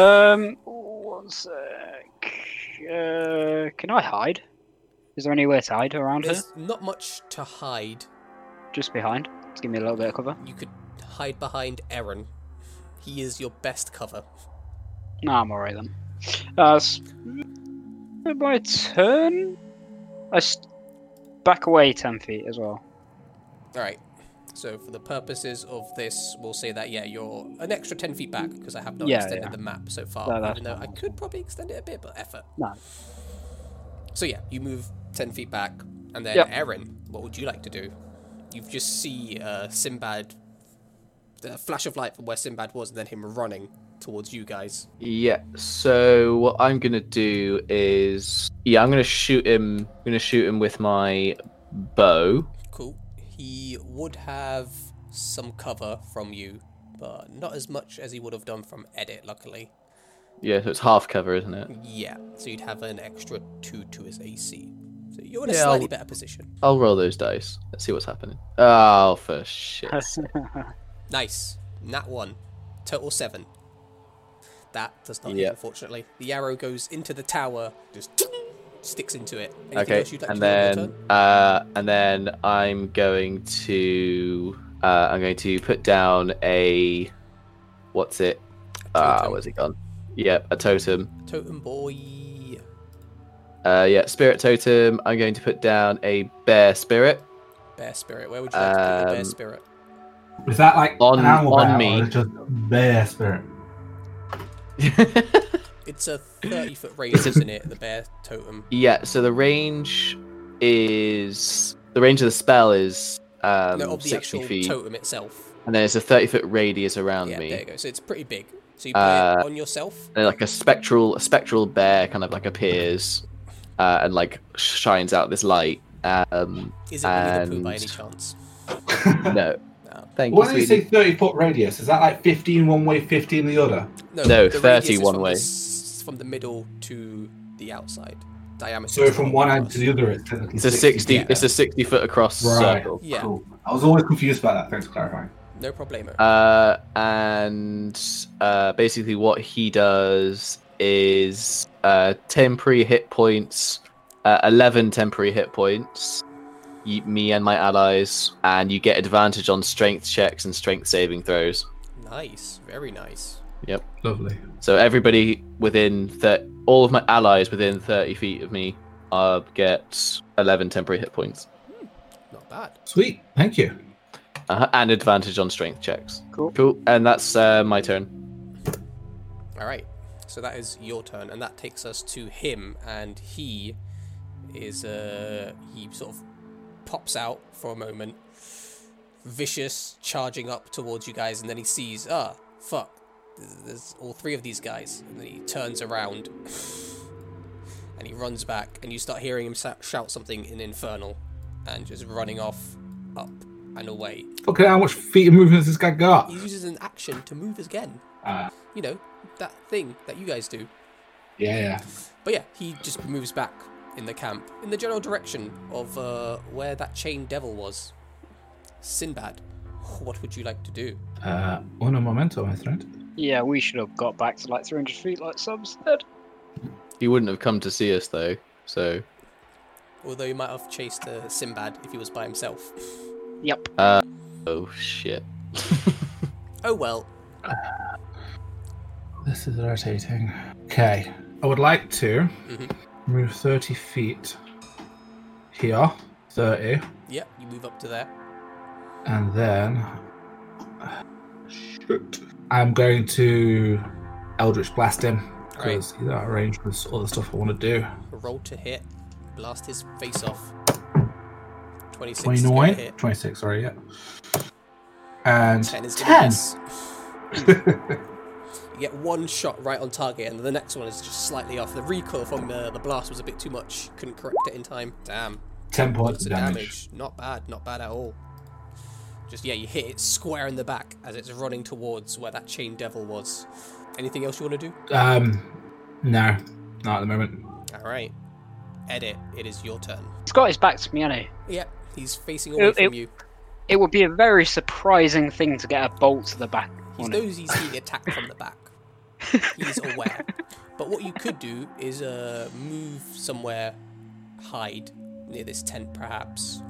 Speaker 2: Um, one sec. Uh, can I hide? Is there anywhere to hide around here?
Speaker 1: There's not much to hide.
Speaker 2: Just behind. Just give me a little bit of cover.
Speaker 1: You could hide behind Eren. He is your best cover.
Speaker 2: Nah, I'm alright then. Uh, s- my turn. I s- back away ten feet as well.
Speaker 1: All right. So for the purposes of this, we'll say that yeah, you're an extra ten feet back because I have not
Speaker 2: Yeah,
Speaker 1: extended
Speaker 2: yeah.
Speaker 1: the map so far.
Speaker 2: No, that's
Speaker 1: even though I could probably extend it a bit, but effort.
Speaker 2: No.
Speaker 1: So yeah, you move ten feet back, and then
Speaker 2: Yep.
Speaker 1: Erin, what would you like to do? You just see uh, Sinbad, the flash of light from where Sinbad was, and then him running towards you guys.
Speaker 3: Yeah. So what I'm gonna do is, yeah, I'm gonna shoot him. I'm gonna shoot him with my bow.
Speaker 1: Cool. He would have some cover from you, but not as much as he would have done from Edit, luckily.
Speaker 3: Yeah, so it's half cover, isn't it?
Speaker 1: Yeah, so you'd have an extra two to his AC. So you're in a
Speaker 3: Yeah,
Speaker 1: slightly
Speaker 3: I'll-
Speaker 1: better position.
Speaker 3: I'll roll those dice. Let's see what's happening. Oh, for shit.
Speaker 1: Nice. Nat one. Total seven. That does not hit,
Speaker 3: Yeah.
Speaker 1: unfortunately. The arrow goes into the tower, just sticks into it. Anything
Speaker 3: Okay,
Speaker 1: else you'd like
Speaker 3: and
Speaker 1: to do on your
Speaker 3: then
Speaker 1: turn?
Speaker 3: uh, and then I'm going to uh, I'm going to put down a what's it? Ah,
Speaker 1: Totem.
Speaker 3: where's it gone? Yeah, a totem.
Speaker 1: Totem boy.
Speaker 3: Uh, yeah, spirit totem. I'm going to put down a bear spirit
Speaker 1: Bear spirit. Where would you like to put the bear
Speaker 3: Um,
Speaker 1: spirit?
Speaker 6: Is that like
Speaker 3: On-
Speaker 6: an animal
Speaker 3: on
Speaker 6: battle
Speaker 3: me.
Speaker 6: or just bear spirit?
Speaker 1: It's a 30 foot range,
Speaker 3: a-
Speaker 1: isn't it? The bear totem.
Speaker 3: Yeah, so the range is the range of the spell is um,
Speaker 1: no, of the
Speaker 3: sixty
Speaker 1: actual
Speaker 3: feet,
Speaker 1: totem itself.
Speaker 3: and then it's a thirty foot radius around
Speaker 1: Yeah,
Speaker 3: me,
Speaker 1: there you
Speaker 3: and
Speaker 1: go. So it's pretty big. So you put
Speaker 3: Uh,
Speaker 1: it on yourself.
Speaker 3: then, like a spectral a spectral bear kind of like appears, uh, and like shines out this light. Um,
Speaker 1: Is it Winnie the Pooh by
Speaker 3: and-
Speaker 1: any chance?
Speaker 3: no,
Speaker 1: No.
Speaker 3: thank
Speaker 6: Why do
Speaker 3: you.
Speaker 6: you
Speaker 3: sweetie.
Speaker 6: say 30 foot radius? Is that like 15 one way, 15 the other?
Speaker 1: No,
Speaker 3: No,
Speaker 1: the
Speaker 3: 30
Speaker 1: radius is
Speaker 3: one
Speaker 1: from the
Speaker 3: way.
Speaker 1: s- from the middle to the outside diameter.
Speaker 6: So from one end to the other, it's technically
Speaker 3: It's a 60, it's a 60 foot across
Speaker 6: Right.
Speaker 3: circle.
Speaker 1: Yeah,
Speaker 6: Cool. I was always confused about that. Thanks for clarifying.
Speaker 1: no problemo.
Speaker 3: Uh, and uh, basically, what he does is uh, temporary hit points, uh, 11 temporary hit points, y me and my allies, and you get advantage on strength checks and strength saving throws.
Speaker 1: nice, very nice.
Speaker 6: Lovely.
Speaker 3: So everybody within thir- all of my allies within 30 feet of me uh, get 11 temporary hit points
Speaker 1: Not bad.
Speaker 6: Sweet. Thank you.
Speaker 3: uh, and advantage on strength checks.
Speaker 2: Cool.
Speaker 3: Cool. And that's uh, my turn.
Speaker 1: All right. So that is your turn, and that takes us to him, and he is uh he sort of pops out for a moment, vicious, charging up towards you guys, and then he sees ah fuck, there's, there's all three of these guys, and then he turns around, and he runs back, and you start hearing him sa- shout something in infernal, and just running off, up and away.
Speaker 6: Okay, how much feet of movement has this guy got?
Speaker 1: He uses an action to move again.
Speaker 6: Ah.
Speaker 1: You know that thing that you guys do.
Speaker 6: Yeah, yeah.
Speaker 1: But yeah, he just moves back in the camp in the general direction of uh, where that chained devil was. Sinbad, what would you like to do?
Speaker 6: Uh, uno momento, my friend.
Speaker 2: Yeah, we should have got back to like 300 feet, like Sam said.
Speaker 3: He wouldn't have come to see us though, so
Speaker 1: Although he might have chased uh, Sinbad if he was by himself.
Speaker 2: Yep.
Speaker 3: Oh shit.
Speaker 1: Oh well.
Speaker 6: This is irritating. Okay, I would like to
Speaker 1: Mhm.
Speaker 6: move 30 feet here, 30,
Speaker 1: Yep, you move up to there.
Speaker 6: and then. Shoot. I'm going to Eldritch Blast him because he's out of range with all the stuff I want to do.
Speaker 1: Roll to hit. Blast his face off. 26 is gonna
Speaker 6: 29,
Speaker 1: hit.
Speaker 6: 26, sorry, yeah. And
Speaker 1: 10 is gonna
Speaker 6: 10.
Speaker 1: miss. you get one shot right on target, and the next one is just slightly off. The recoil from uh, the blast was a bit too much. Couldn't correct it in time. Damn.
Speaker 6: 10 points
Speaker 1: Lots
Speaker 6: of
Speaker 1: of
Speaker 6: damage.
Speaker 1: damage. Not bad, not bad at all. Just yeah, you hit it square in the back as it's running towards where that chain devil was. Anything else you want to do?
Speaker 6: Um, no, not at the moment.
Speaker 1: All right, edit. It is your turn.
Speaker 2: He's got his back to me, hasn't he?
Speaker 1: Yep, he's facing away
Speaker 2: Ew,
Speaker 1: from
Speaker 2: ew.
Speaker 1: you.
Speaker 2: It would be a very surprising thing to get a bolt to the back.
Speaker 1: He
Speaker 2: on it.
Speaker 1: knows he's being attacked from the back. He's aware. But what you could do is uh, move somewhere, hide near this tent, perhaps.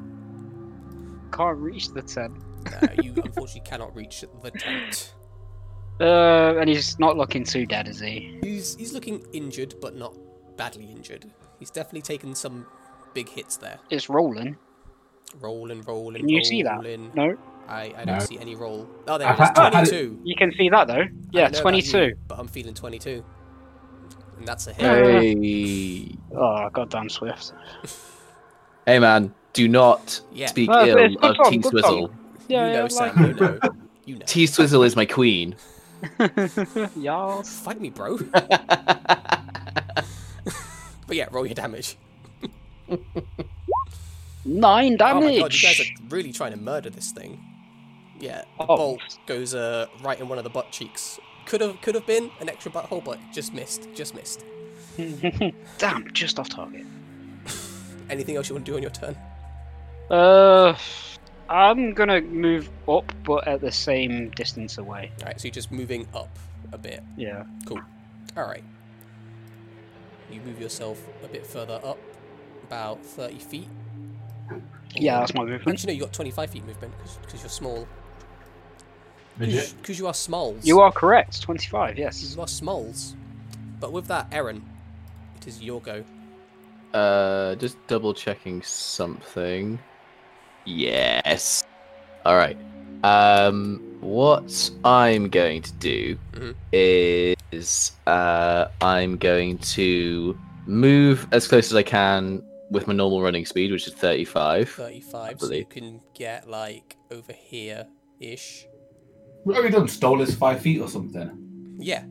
Speaker 2: Can't reach the 10.
Speaker 1: Uh, you unfortunately cannot reach the tent.
Speaker 2: Uh, and he's not looking too dead, is he?
Speaker 1: He's he's looking injured, but not badly injured. He's definitely taken some big hits there.
Speaker 2: It's rolling.
Speaker 1: Roll and roll and
Speaker 2: Can you see that?
Speaker 1: rolling.
Speaker 2: No?
Speaker 1: I, I
Speaker 6: No.
Speaker 1: don't see any roll. Oh, there
Speaker 6: I
Speaker 1: it is.
Speaker 6: had- I had it-
Speaker 1: 22.
Speaker 2: You can see that, though.
Speaker 1: I
Speaker 2: Yeah,
Speaker 1: don't know about you,
Speaker 2: 22.
Speaker 1: but I'm feeling 22. And that's a hit.
Speaker 3: Hey.
Speaker 2: Oh, goddamn Swift.
Speaker 3: Hey man, do not
Speaker 1: Yeah.
Speaker 3: speak
Speaker 2: No, it's- it's
Speaker 3: ill
Speaker 2: good
Speaker 3: of
Speaker 2: song,
Speaker 3: T
Speaker 2: good
Speaker 3: Swizzle.
Speaker 1: you know, Sam. You know. You know.
Speaker 3: T Swizzle is my queen.
Speaker 2: Yas.
Speaker 1: Fight me, bro. but yeah, roll your damage.
Speaker 2: Nine
Speaker 1: Oh my god, you guys
Speaker 2: damage.
Speaker 1: are really trying to murder this thing. Yeah, the
Speaker 2: Oh.
Speaker 1: bolt goes uh, right in one of the butt cheeks. Could have could have been an extra butthole, but just missed. Just missed.
Speaker 2: Damn, just off target.
Speaker 1: Anything else you want to do on your turn?
Speaker 2: Uh, I'm gonna move up, but at the same distance away.
Speaker 1: All right, so you're just moving up a bit.
Speaker 2: Yeah.
Speaker 1: Cool. All right. You move yourself a bit further up, about 30 feet.
Speaker 2: Yeah, that's my movement.
Speaker 1: Actually, no, you got 25 feet movement because you're small.
Speaker 6: Midget.
Speaker 1: Because you are smalls.
Speaker 2: You are correct. Twenty-five. Yes.
Speaker 1: You are smalls. But with that, Aaron, it is your go.
Speaker 3: Uh, just double checking something. Yes. All right. Um, what I'm going to do
Speaker 1: Mhm.
Speaker 3: is uh, I'm going to move as close as I can with my normal running speed, which is 35.
Speaker 1: 35, so
Speaker 3: Lovely.
Speaker 1: you can get like over here ish.
Speaker 5: What have you done? Stole his five feet or something?
Speaker 1: Yeah.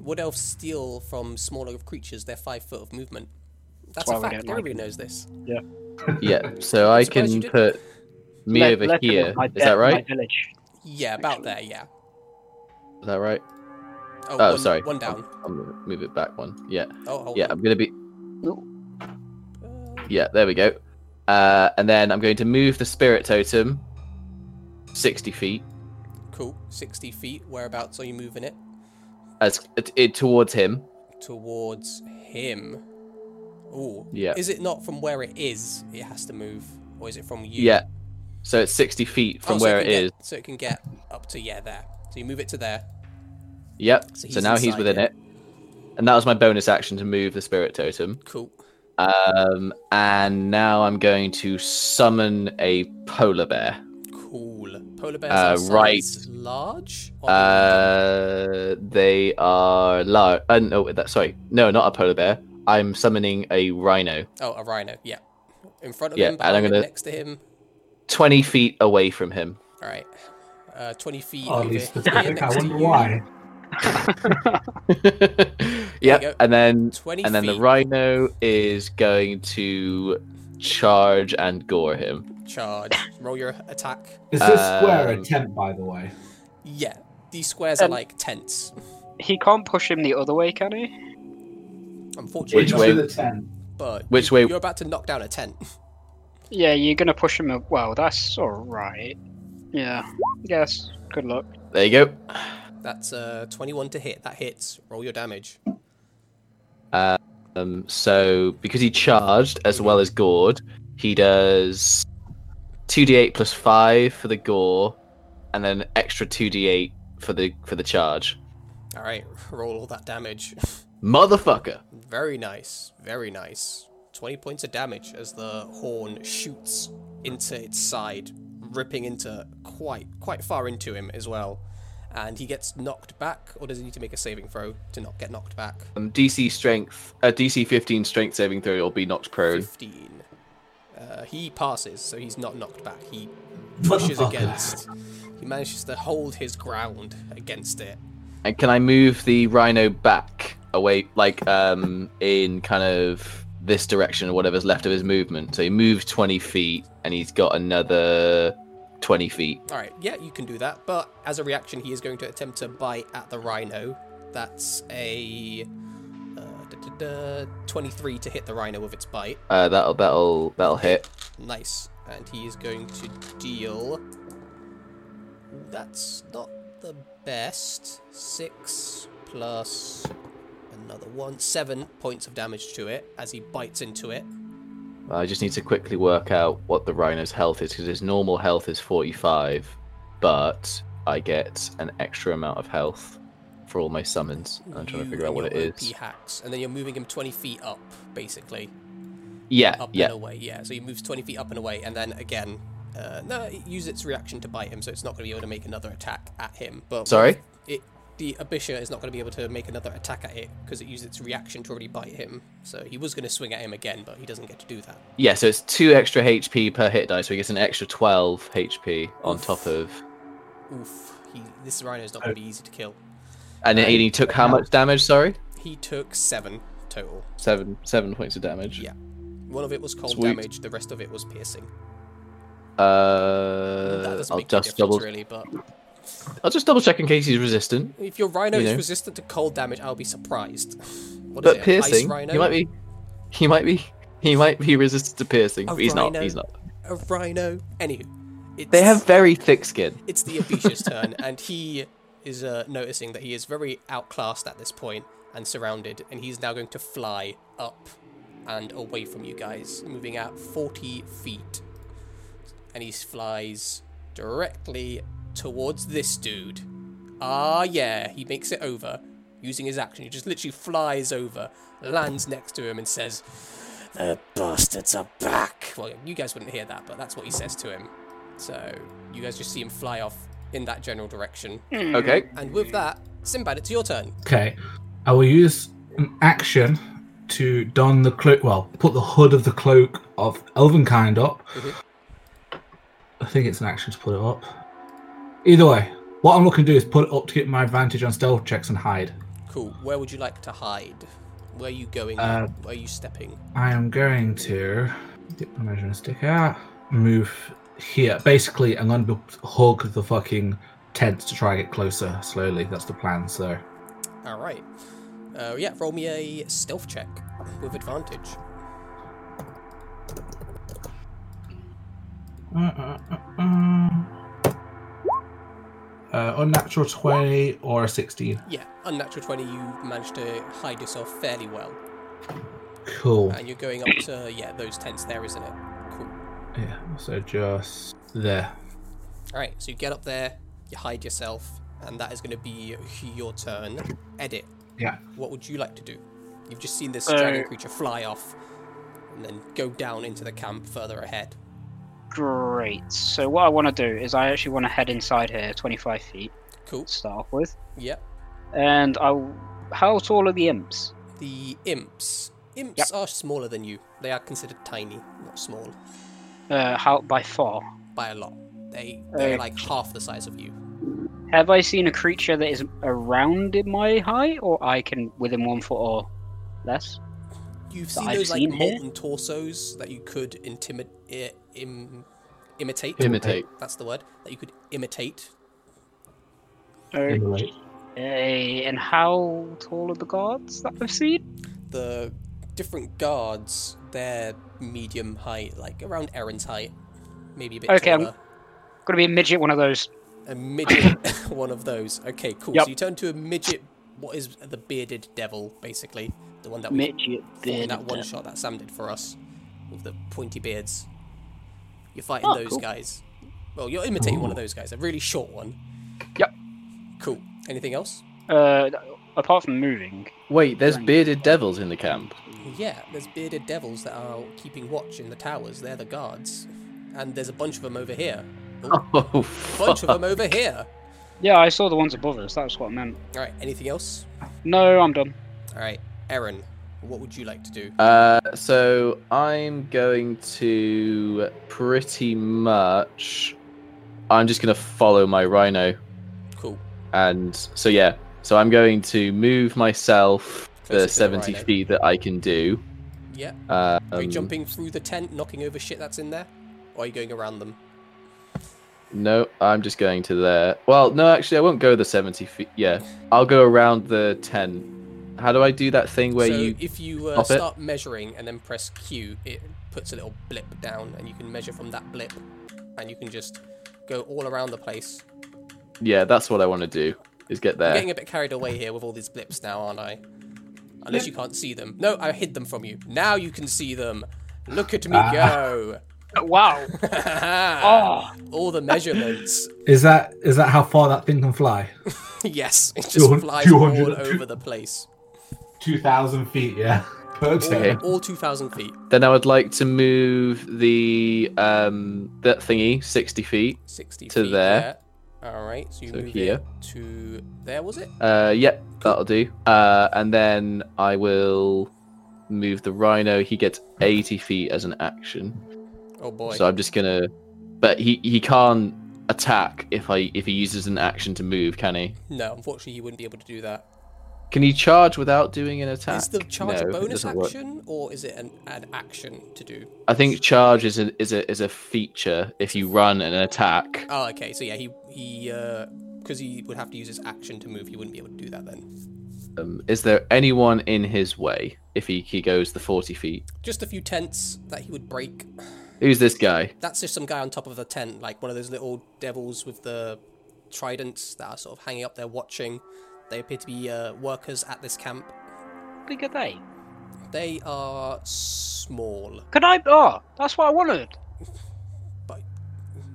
Speaker 1: Wood elves steal from smaller creatures their five foot of movement. That's
Speaker 2: why
Speaker 1: a
Speaker 2: we
Speaker 1: fact.
Speaker 2: don't like
Speaker 1: Everybody knows this.
Speaker 3: yeah. So I
Speaker 1: surprised you
Speaker 3: can
Speaker 1: didn't.
Speaker 3: put me
Speaker 2: Let-
Speaker 3: over
Speaker 2: let them
Speaker 3: here.
Speaker 2: in my
Speaker 3: Is
Speaker 2: de-
Speaker 3: that
Speaker 2: my
Speaker 3: right?
Speaker 2: village.
Speaker 1: Yeah, about there, yeah.
Speaker 3: Is that right?
Speaker 1: Oh,
Speaker 3: Oh,
Speaker 1: one-
Speaker 3: sorry.
Speaker 1: One down.
Speaker 3: I'm gonna move it back one. Yeah,
Speaker 1: Oh, hold
Speaker 3: yeah.
Speaker 1: on.
Speaker 3: I'm gonna be. Yeah, there we go. Uh, and then I'm going to move the spirit totem sixty feet
Speaker 1: Cool. 60 feet. Whereabouts are you moving it?
Speaker 3: as it, it towards him.
Speaker 1: Towards him. Ooh.
Speaker 3: Yeah.
Speaker 1: Is it not from where it is? It has to move, or is it from you?
Speaker 3: Yeah. So it's sixty feet from
Speaker 1: Oh, so
Speaker 3: where it
Speaker 1: can
Speaker 3: is.
Speaker 1: get- So it can get up to yeah there. So you move it to there.
Speaker 3: Yep.
Speaker 1: So
Speaker 3: So,
Speaker 1: he's
Speaker 3: now he's
Speaker 1: inside
Speaker 3: within
Speaker 1: it.
Speaker 3: it. And that was my bonus action to move the spirit totem.
Speaker 1: Cool.
Speaker 3: Um, and now I'm going to summon a polar bear.
Speaker 1: Cool. Polar bears
Speaker 3: Uh,
Speaker 1: are
Speaker 3: right.
Speaker 1: size large. Or-
Speaker 3: Uh, they are large. Uh, no, that, sorry. No, not a polar bear. I'm summoning a rhino
Speaker 1: oh, a rhino. Yeah. In front of
Speaker 3: Yeah,
Speaker 1: him,
Speaker 3: and I'm
Speaker 1: behind him,
Speaker 3: gonna-
Speaker 1: next to him.
Speaker 3: 20 feet away from him.
Speaker 1: All right. Uh, 20 feet. over
Speaker 6: Oddly
Speaker 1: here,
Speaker 6: specific. I
Speaker 1: next to
Speaker 6: wonder
Speaker 1: you.
Speaker 6: why.
Speaker 1: go.
Speaker 3: yep. And then
Speaker 1: 20
Speaker 3: and then
Speaker 1: feet.
Speaker 3: the rhino is going to charge and gore him.
Speaker 1: Charge. Roll your attack.
Speaker 6: Is this square a
Speaker 3: Um,
Speaker 6: tent, by the way?
Speaker 1: Yeah. These squares are
Speaker 2: Um,
Speaker 1: like tents.
Speaker 2: He can't push him the other way, can he?
Speaker 1: Unfortunately,
Speaker 3: Which
Speaker 6: Into
Speaker 3: way-
Speaker 6: The tent.
Speaker 1: but
Speaker 3: which
Speaker 1: you-
Speaker 3: way-
Speaker 1: You're about to knock down a tent.
Speaker 2: Yeah, you're gonna push him. a- Well, that's all right. Yeah. Yes. Good luck.
Speaker 3: There you go.
Speaker 1: That's uh, 21 to hit. That hits. Roll your damage.
Speaker 3: Um, so because he charged as well as gored, he does two d eight plus five for the gore, and then extra two d eight for the for the charge.
Speaker 1: All right. Roll all that damage.
Speaker 3: Motherfucker!
Speaker 1: Very nice. Very nice. 20 points of damage as the horn shoots into its side, ripping into quite quite far into him as well. And he gets knocked back, or does he need to make a saving throw to not get knocked back?
Speaker 3: Um, DC strength, uh, DC fifteen strength saving throw, or be knocked prone.
Speaker 1: 15. Uh, he passes, so he's not knocked back. He pushes
Speaker 6: Motherfucker.
Speaker 1: against. He manages to hold his ground against it.
Speaker 3: And can I move the rhino back away, like um, in kind of this direction or whatever's left of his movement? So he moves twenty feet, and he's got another twenty feet.
Speaker 1: All right, yeah, you can do that. But as a reaction, he is going to attempt to bite at the rhino. That's a uh, da, da, da, 23 to hit the rhino with its bite.
Speaker 3: Uh, that'll that'll that'll hit.
Speaker 1: Nice. And he is going to deal. That's not the best. Six plus another one. Seven points of damage to it as he bites into it.
Speaker 3: I just need to quickly work out what the rhino's health is because his normal health is 45, but I get an extra amount of health for all my summons. and I'm trying to
Speaker 1: You
Speaker 3: figure out
Speaker 1: and
Speaker 3: what it
Speaker 1: your OP
Speaker 3: is.
Speaker 1: Hacks. And then you're moving him 20 feet up, basically.
Speaker 3: Yeah,
Speaker 1: up and
Speaker 3: yeah.
Speaker 1: away. Yeah, so he moves 20 feet up and away, and then again, uh, no, it use its reaction to bite him, so it's not going to be able to make another attack at him. But
Speaker 3: Sorry?
Speaker 1: it the Abisha is not going to be able to make another attack at it because it used its reaction to already bite him. So he was going to swing at him again, but he doesn't get to do that.
Speaker 3: Yeah, so it's two extra HP per hit die, so he gets an extra 12 HP on top of.
Speaker 1: Oof, he, this rhino is not going to be easy to kill.
Speaker 3: And it- he took how much damage? Sorry,
Speaker 1: He took seven total.
Speaker 3: seven seven points of damage.
Speaker 1: Yeah. One of it was cold
Speaker 3: Sweet.
Speaker 1: damage, the rest of it was piercing. that
Speaker 3: Uh,
Speaker 1: doesn't
Speaker 3: I'll
Speaker 1: make any difference
Speaker 3: just double.
Speaker 1: really, but
Speaker 3: I'll just double check in case he's resistant.
Speaker 1: if your rhino
Speaker 3: You
Speaker 1: is
Speaker 3: know.
Speaker 1: resistant to cold damage, I'll be surprised. What is
Speaker 3: But
Speaker 1: it? Ice
Speaker 3: piercing,
Speaker 1: rhino?
Speaker 3: he might be. He might be. He might be resistant to piercing,
Speaker 1: A
Speaker 3: but he's
Speaker 1: Oh, rhino?
Speaker 3: not. He's not.
Speaker 1: a rhino. Anywho, it's,
Speaker 3: They have very thick skin.
Speaker 1: It's the Abisha's turn, and he is uh, noticing that he is very outclassed at this point and surrounded, and he's now going to fly up and away from you guys, moving at 40 feet. And he flies directly towards this dude. Ah, yeah, he makes it over using his action. He just literally flies over, lands next to him, and says,
Speaker 4: The bastards are back.
Speaker 1: well, you guys wouldn't hear that, but that's what he says to him. So you guys just see him fly off in that general direction.
Speaker 3: Okay.
Speaker 1: And with that, Sinbad, it's your turn.
Speaker 6: Okay. I will use an action to don the cloak. Well, put the hood of the cloak of Elvenkind up.
Speaker 1: Mhm.
Speaker 6: I think it's an action to put it up. Either way, what I'm looking to do is put it up to get my advantage on stealth checks and hide.
Speaker 1: Cool. Where would you like to hide? Where are you going?
Speaker 6: Uh,
Speaker 1: Where are you stepping?
Speaker 6: I am going to get my measuring stick out, move here. Basically, I'm going to hug the fucking tents to try and get closer slowly. That's the plan. So
Speaker 1: All right. Uh, yeah, roll me a stealth check with advantage.
Speaker 6: Uh, uh, uh, uh. Uh, unnatural 20 or a 16.
Speaker 1: Yeah, unnatural 20, you managed to hide yourself fairly well.
Speaker 6: Cool.
Speaker 1: And you're going up to, yeah, those tents there, isn't it? Cool.
Speaker 6: Yeah, so just there.
Speaker 1: All right, so you get up there, you hide yourself, and that is going to be your turn. Edit.
Speaker 6: Yeah.
Speaker 1: What would you like to do? You've just seen this
Speaker 2: So-
Speaker 1: dragon creature fly off and then go down into the camp further ahead.
Speaker 2: Great. So what I want to do is I actually want to head inside here, 25 feet
Speaker 1: Cool.
Speaker 2: to start off with,
Speaker 1: Yep.
Speaker 2: and I. How tall are the imps?
Speaker 1: The imps. Imps
Speaker 2: Yep.
Speaker 1: are smaller than you. They are considered tiny, not small,
Speaker 2: Uh, how by far?
Speaker 1: by a lot. They they're
Speaker 2: Okay.
Speaker 1: like half the size of you.
Speaker 2: Have I seen a creature that is around my height, or I can within one foot or less?
Speaker 1: You've
Speaker 2: That
Speaker 1: seen
Speaker 2: I've
Speaker 1: those like
Speaker 2: seen here?
Speaker 1: molten torsos that you could intimid- I- Im- imitate.
Speaker 3: Imitate.
Speaker 1: That's the word that you could imitate.
Speaker 6: Emulate.
Speaker 2: Okay, and how tall are the guards that I've seen?
Speaker 1: The different guards, they're medium height, like around Aaron's height, maybe a bit
Speaker 2: Okay, I'm-
Speaker 1: taller.
Speaker 2: Gonna be a midget, one of those.
Speaker 1: A midget, one of those. Okay, cool.
Speaker 2: Yep.
Speaker 1: So you turn to a midget. What is the bearded devil, basically? The one that we
Speaker 2: Midget.
Speaker 1: fought in
Speaker 2: bearded
Speaker 1: that one
Speaker 2: devil.
Speaker 1: shot that Sam did for us, with the pointy beards. You're fighting
Speaker 2: Oh,
Speaker 1: those
Speaker 2: cool.
Speaker 1: guys. Well, you're imitating one of those guys. A really short one.
Speaker 2: Yep.
Speaker 1: Cool. Anything else?
Speaker 2: Uh, apart from moving,
Speaker 3: Wait, there's bearded devils in the camp.
Speaker 1: Yeah, there's bearded devils that are keeping watch in the towers. They're the guards, and there's a bunch of them over here.
Speaker 3: Oh,
Speaker 1: Bunch
Speaker 3: fuck.
Speaker 1: of them over here.
Speaker 2: yeah, I saw the ones above us. That's what I meant.
Speaker 1: All right. Anything else?
Speaker 2: No, I'm done.
Speaker 1: All right, Aaron. What would you like to do?
Speaker 3: Uh, so I'm going to pretty much. I'm just gonna follow my rhino,
Speaker 1: Cool.
Speaker 3: and so yeah. So I'm going to move myself
Speaker 1: Closer to
Speaker 3: the
Speaker 1: the
Speaker 3: 70
Speaker 1: rhino.
Speaker 3: feet that I can do.
Speaker 1: Yeah.
Speaker 3: Um,
Speaker 1: Are you jumping through the tent, knocking over shit that's in there? Or are you going around them?
Speaker 3: No, I'm just going to there. Well, no, actually, I won't go the 70 feet. Yeah, I'll go around the 10. How do I do that thing where
Speaker 1: so
Speaker 3: you?
Speaker 1: if you uh,
Speaker 3: stop it?
Speaker 1: start measuring and then press Q, it puts a little blip down, and you can measure from that blip, and you can just go all around the place.
Speaker 3: Yeah, that's what I want to do. Is get
Speaker 1: I'm
Speaker 3: there.
Speaker 1: getting a bit carried away here with all these blips now, aren't I? Unless you can't see them. No, I hid them from you. Now you can see them. Look at me
Speaker 6: Ah.
Speaker 1: go.
Speaker 2: Wow. oh,
Speaker 1: all the measurements.
Speaker 6: Is that is that how far that thing can fly?
Speaker 1: yes, it just
Speaker 6: 200
Speaker 1: flies all
Speaker 6: 200
Speaker 1: over the place.
Speaker 6: 2,000 feet, yeah.
Speaker 1: All,
Speaker 6: Okay.
Speaker 1: all 2,000 feet.
Speaker 3: Then I would like to move the um that thingy 60 feet.
Speaker 1: 60
Speaker 3: To
Speaker 1: feet
Speaker 3: there.
Speaker 1: All right, so you
Speaker 3: So
Speaker 1: move
Speaker 3: here.
Speaker 1: it to there, was it?
Speaker 3: Uh, yep, that'll do. Uh, and then I will move the rhino. He gets 80 feet as an action.
Speaker 1: Oh boy.
Speaker 3: So I'm just gonna, but he he can't attack if I if he uses an action to move, can he?
Speaker 1: No, unfortunately, you wouldn't be able to do that.
Speaker 3: Can he charge without doing an attack?
Speaker 1: Is the charge
Speaker 3: Ah, No,
Speaker 1: a
Speaker 3: it
Speaker 1: bonus
Speaker 3: doesn't work.
Speaker 1: action or is it an, an action to do?
Speaker 3: I think charge is a is a is a feature if you run an attack.
Speaker 1: Oh, okay. So yeah, he he because he would have to use his action to move. He wouldn't be able to do that then.
Speaker 3: Um, is there anyone in his way if he, he goes the 40 feet?
Speaker 1: Just a few tents that he would break.
Speaker 3: Who's this guy?
Speaker 1: That's just some guy on top of the tent, like one of those little devils with the tridents that are sort of hanging up there watching. They appear to be uh, workers at this camp.
Speaker 2: big are they?
Speaker 1: They are small.
Speaker 2: Could I? Oh, that's what I wanted.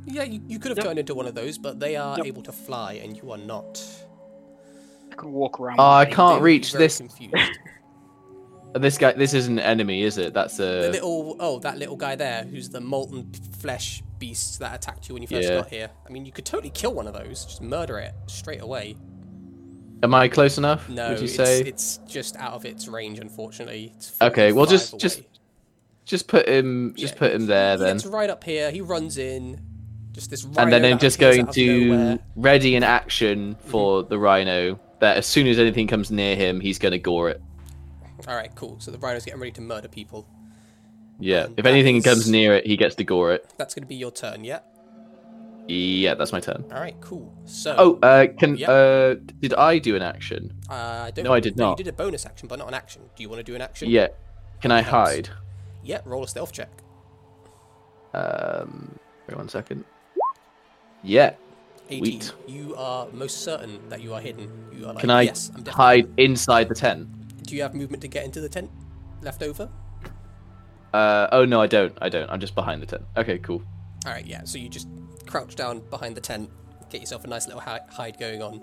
Speaker 1: Yeah, you, you could have
Speaker 2: Yep.
Speaker 1: turned into one of those, but they are
Speaker 2: Yep.
Speaker 1: able to fly, and you are not.
Speaker 2: I could walk around.
Speaker 3: Oh, I
Speaker 2: with
Speaker 1: They
Speaker 3: can't
Speaker 1: would be
Speaker 3: reach
Speaker 1: very
Speaker 3: this.
Speaker 1: Confused.
Speaker 3: This guy. This is an enemy, is it? That's
Speaker 1: the
Speaker 3: a.
Speaker 1: little oh that little guy there who's the molten flesh beast that attacked you when you first
Speaker 3: Yeah.
Speaker 1: got here i mean you could totally kill one of those just murder it straight away
Speaker 3: Am I close enough?
Speaker 1: no
Speaker 3: Would you
Speaker 1: it's,
Speaker 3: say?
Speaker 1: it's just out of its range unfortunately it's
Speaker 3: Okay, well,
Speaker 1: 45
Speaker 3: just- just
Speaker 1: away.
Speaker 3: Just put him. Just
Speaker 1: Yeah,
Speaker 3: put him there
Speaker 1: he
Speaker 3: then.
Speaker 1: gets right up here he runs in just this
Speaker 3: and
Speaker 1: rhino
Speaker 3: then I'm
Speaker 1: that
Speaker 3: just
Speaker 1: appears
Speaker 3: going
Speaker 1: out of
Speaker 3: to
Speaker 1: nowhere. Mhm.
Speaker 3: ready an action for the rhino. That as soon as anything comes near him, he's going to gore it.
Speaker 1: all right cool so the rhino's getting ready to murder people
Speaker 3: Yeah.
Speaker 1: Um,
Speaker 3: if anything
Speaker 1: that's-
Speaker 3: comes near it, he gets to gore it.
Speaker 1: that's going to be your turn yeah
Speaker 3: Yeah, that's my turn.
Speaker 1: All right, cool. So,
Speaker 3: Oh, uh, can
Speaker 1: Yep.
Speaker 3: uh, did I do an action?
Speaker 1: uh, I don't.
Speaker 3: no, I did not.
Speaker 1: You did a bonus action, but not an action. Do you want to do an action?
Speaker 3: Yeah. Can I
Speaker 1: Helps.
Speaker 3: hide?
Speaker 1: Yeah. Roll a stealth check.
Speaker 3: Um, wait one second. Yeah.
Speaker 1: 18.
Speaker 3: Wheat.
Speaker 1: You are most certain that you are hidden. You are like,
Speaker 3: Can I
Speaker 1: yes, I'm definitely.
Speaker 3: hide inside the tent?
Speaker 1: Do you have movement to get into the tent? Left over?
Speaker 3: Uh, oh no, I don't. I don't. I'm just behind the tent. Okay, cool.
Speaker 1: All right, yeah. So you just crouch down behind the tent, get yourself a nice little hi- hide going on.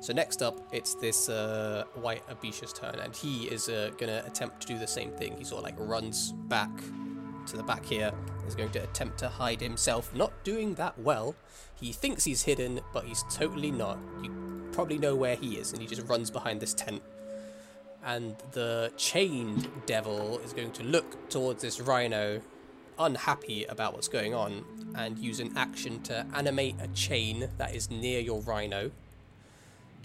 Speaker 1: So next up, it's this uh, white Abisha's turn, and he is uh, gonna attempt to do the same thing. He sort of like runs back to the back here. He's going to attempt to hide himself. Not doing that well. He thinks he's hidden, but he's totally not. You probably know where he is, and he just runs behind this tent. And the chained devil is going to look towards this rhino unhappy about what's going on and use an action to animate a chain that is near your rhino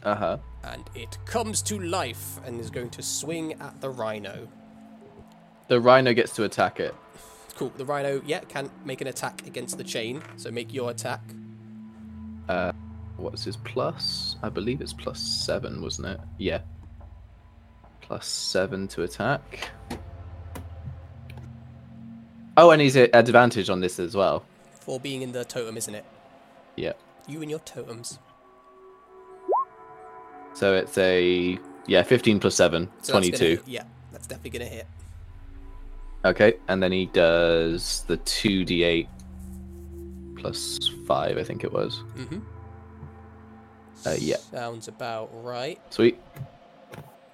Speaker 3: Uh huh.
Speaker 1: and it comes to life and is going to swing at the rhino.
Speaker 3: The rhino gets to attack it.
Speaker 1: Cool. The rhino, yeah, can make an attack against the chain, so make your attack.
Speaker 3: What's his plus? I believe it's plus seven, wasn't it? Yeah. Plus seven to attack. Oh, and he's at advantage on this as well.
Speaker 1: For being in the totem, isn't it?
Speaker 3: Yeah.
Speaker 1: You and your totems.
Speaker 3: So it's a yeah, fifteen plus seven,
Speaker 1: So that's gonna
Speaker 3: 22.
Speaker 1: hit- Yeah, that's definitely going to hit.
Speaker 3: Okay, and then he does the two d eight plus five, I think it was.
Speaker 1: Mm-hmm.
Speaker 3: Uh, yeah.
Speaker 1: Sounds about right.
Speaker 3: Sweet.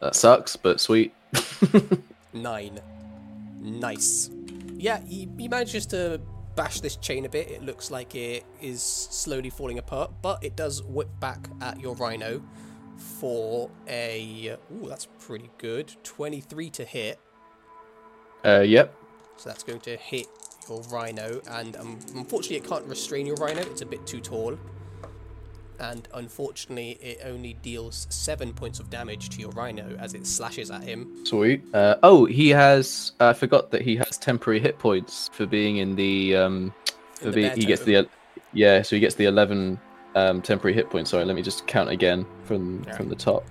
Speaker 3: That sucks, but sweet.
Speaker 1: Nine. Nice. Yeah, he, he manages to bash this chain a bit. It looks like it is slowly falling apart, but it does whip back at your rhino for a. Ooh, that's pretty good. 23 to hit.
Speaker 3: Uh, yep.
Speaker 1: So that's going to hit your rhino, and um, unfortunately, it can't restrain your rhino. It's a bit too tall. And unfortunately, it only deals seven points of damage to your rhino as it slashes at him.
Speaker 3: Sweet. Uh, oh, he has. I forgot that he has temporary hit points for being in the. Um, for
Speaker 1: the
Speaker 3: being,
Speaker 1: bear
Speaker 3: he gets the. Yeah, so he gets the eleven um, temporary hit points. Sorry, let me just count again from
Speaker 1: Yeah.
Speaker 3: from the top.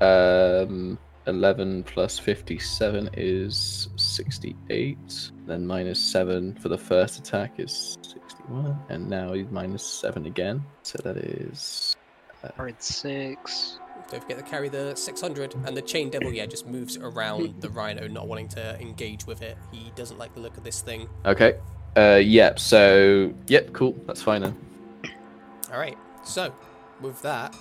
Speaker 3: Um, eleven plus fifty-seven is sixty-eight. Then minus seven for the first attack is sixty-one, and now he's minus seven again. So that is.
Speaker 2: Grade six.
Speaker 1: Don't forget to carry the 600. And the Chain Devil, yeah, just moves around the rhino, not wanting to engage with it. He doesn't like the look of this thing.
Speaker 3: Okay. Uh, yep. So yep. Cool. That's fine then.
Speaker 1: All right, so with that,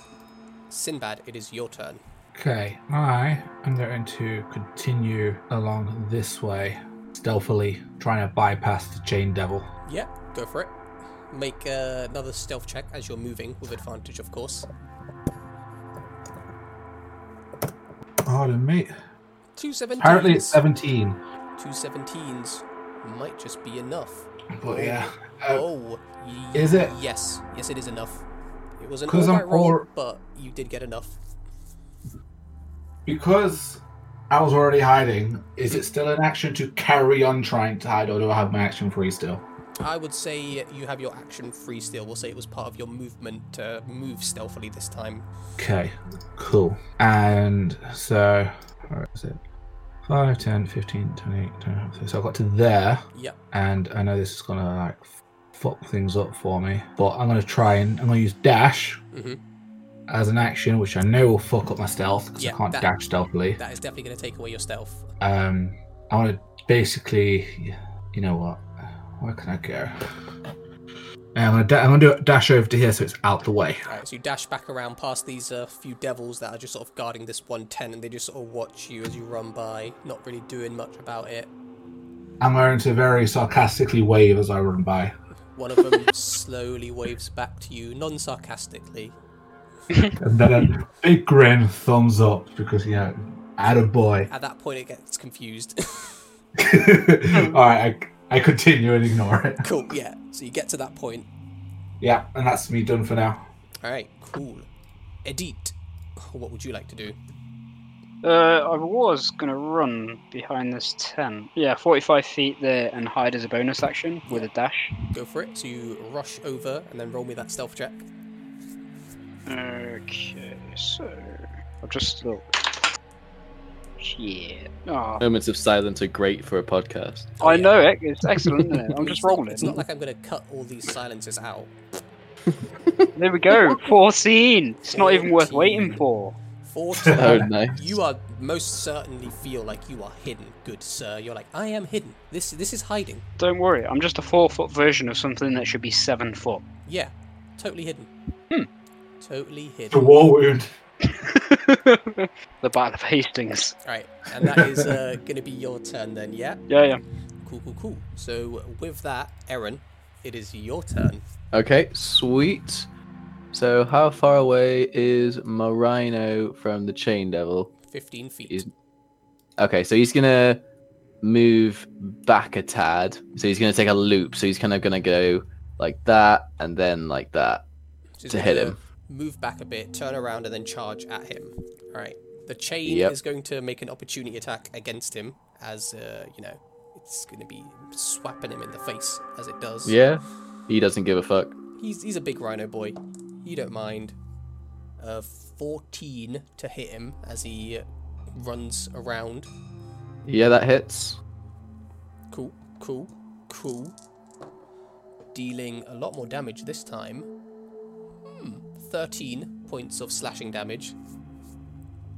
Speaker 1: Sinbad, it is your turn.
Speaker 6: Okay, I am going to continue along this way, stealthily trying to bypass the chain devil.
Speaker 1: Yeah, go for it. Make uh, another stealth check as you're moving, with advantage, of course.
Speaker 6: Pardon me.
Speaker 1: Two seventeens.
Speaker 6: Apparently it's 17.
Speaker 1: Two seventeens might just be enough.
Speaker 6: But yeah. Uh,
Speaker 1: Oh, y-
Speaker 6: is it?
Speaker 1: Yes, yes, it is enough. It was an
Speaker 6: 'Cause I'm
Speaker 1: alright roll,
Speaker 6: al-
Speaker 1: but you did get enough.
Speaker 5: Because I was already hiding, is it still an action to carry on trying to hide, or do I have my action free still?
Speaker 1: I would say you have your action free still. We'll say it was part of your movement to move stealthily this time.
Speaker 6: Okay, cool. And so, where is it? 5, 10, 15, 20, 20. So I got to there.
Speaker 1: Yep.
Speaker 6: and I know this is gonna like f- fuck things up for me, but I'm gonna try and I'm gonna use dash
Speaker 1: Mhm.
Speaker 6: as an action, which I know will fuck up my stealth because
Speaker 1: Yeah,
Speaker 6: I can't
Speaker 1: that-
Speaker 6: dash stealthily.
Speaker 1: That is definitely going to take away your stealth.
Speaker 6: Um, I want to basically, you know what? Where can I go? Yeah, I'm gonna da- I'm gonna do a dash over to here so it's out the way.
Speaker 1: All right, so you dash back around past these uh, few devils that are just sort of guarding this one tent, and they just sort of watch you as you run by, not really doing much about it.
Speaker 6: I'm going to very sarcastically wave as I run by.
Speaker 1: One of them slowly waves back to you, non-sarcastically.
Speaker 6: And then a big grin, thumbs up because you know, add a boy.
Speaker 1: At that point, it gets confused.
Speaker 6: All right, I, I continue and ignore it.
Speaker 1: cool, yeah. So you get to that point.
Speaker 6: Yeah, and that's me done for now.
Speaker 1: All right, cool. Edit. What would you like to do?
Speaker 2: Uh, I was gonna run behind this tent. Yeah, 45 feet there and hide as a bonus action with a dash.
Speaker 1: Go for it. So you rush over and then roll me that stealth check.
Speaker 2: Okay, so I'll just look. Yeah. Oh,
Speaker 3: Moments of silence are great for a podcast.
Speaker 1: Oh,
Speaker 2: I know it. It's excellent. Isn't it?
Speaker 1: I
Speaker 2: I'm
Speaker 1: mean,
Speaker 2: just
Speaker 1: it's not-
Speaker 2: rolling.
Speaker 1: It's not like I'm going to cut all these silences out.
Speaker 2: There we go. 14. It's not even worth
Speaker 1: 14.
Speaker 2: waiting for.
Speaker 3: Oh,
Speaker 1: 14.
Speaker 3: nice.
Speaker 1: you are most certainly feel like you are hidden, good sir. You're like, I am hidden. This this is hiding.
Speaker 2: Don't worry. I'm just a four foot version of something that should be seven foot.
Speaker 1: Yeah, totally hidden.
Speaker 2: Hmm.
Speaker 1: Totally
Speaker 5: The
Speaker 1: hidden.
Speaker 5: war wound.
Speaker 2: the Battle of Hastings.
Speaker 1: Right, and that is uh, going to be your turn then, yeah?
Speaker 2: Yeah, yeah.
Speaker 1: Cool, cool, cool. So with that, Aaron, it is your turn.
Speaker 3: Okay, sweet. So, how far away is Marino from the Chain Devil?
Speaker 1: 15 feet.
Speaker 3: He's- Okay, so he's gonna move back a tad. So he's gonna take a loop. So he's kind of gonna go like that and then like that.
Speaker 1: She's
Speaker 3: to hit
Speaker 1: gonna
Speaker 3: him.
Speaker 1: Move back a bit, turn around, and then charge at him. All right. The chain
Speaker 3: Yep.
Speaker 1: is going to make an opportunity attack against him, as uh, you know, it's going to be swapping him in the face as it does.
Speaker 3: Yeah, he doesn't give a fuck.
Speaker 1: He's he's a big rhino boy. You don't mind. Uh, 14 to hit him as he runs around.
Speaker 3: Yeah, that hits.
Speaker 1: Cool, cool, cool. Dealing a lot more damage this time. Hmm, 13 points of slashing damage.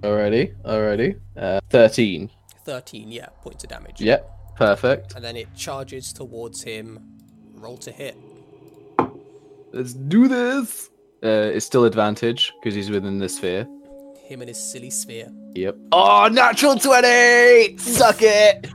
Speaker 3: Alrighty, alrighty. Uh, Thirteen.
Speaker 1: 13, yeah, points of damage.
Speaker 3: Yep, perfect.
Speaker 1: And then it charges towards him. Roll to hit.
Speaker 3: Let's do this. Uh, it's still advantage because he's within the sphere.
Speaker 1: Him and his silly sphere.
Speaker 3: Yep. Oh, natural twenty. Suck it.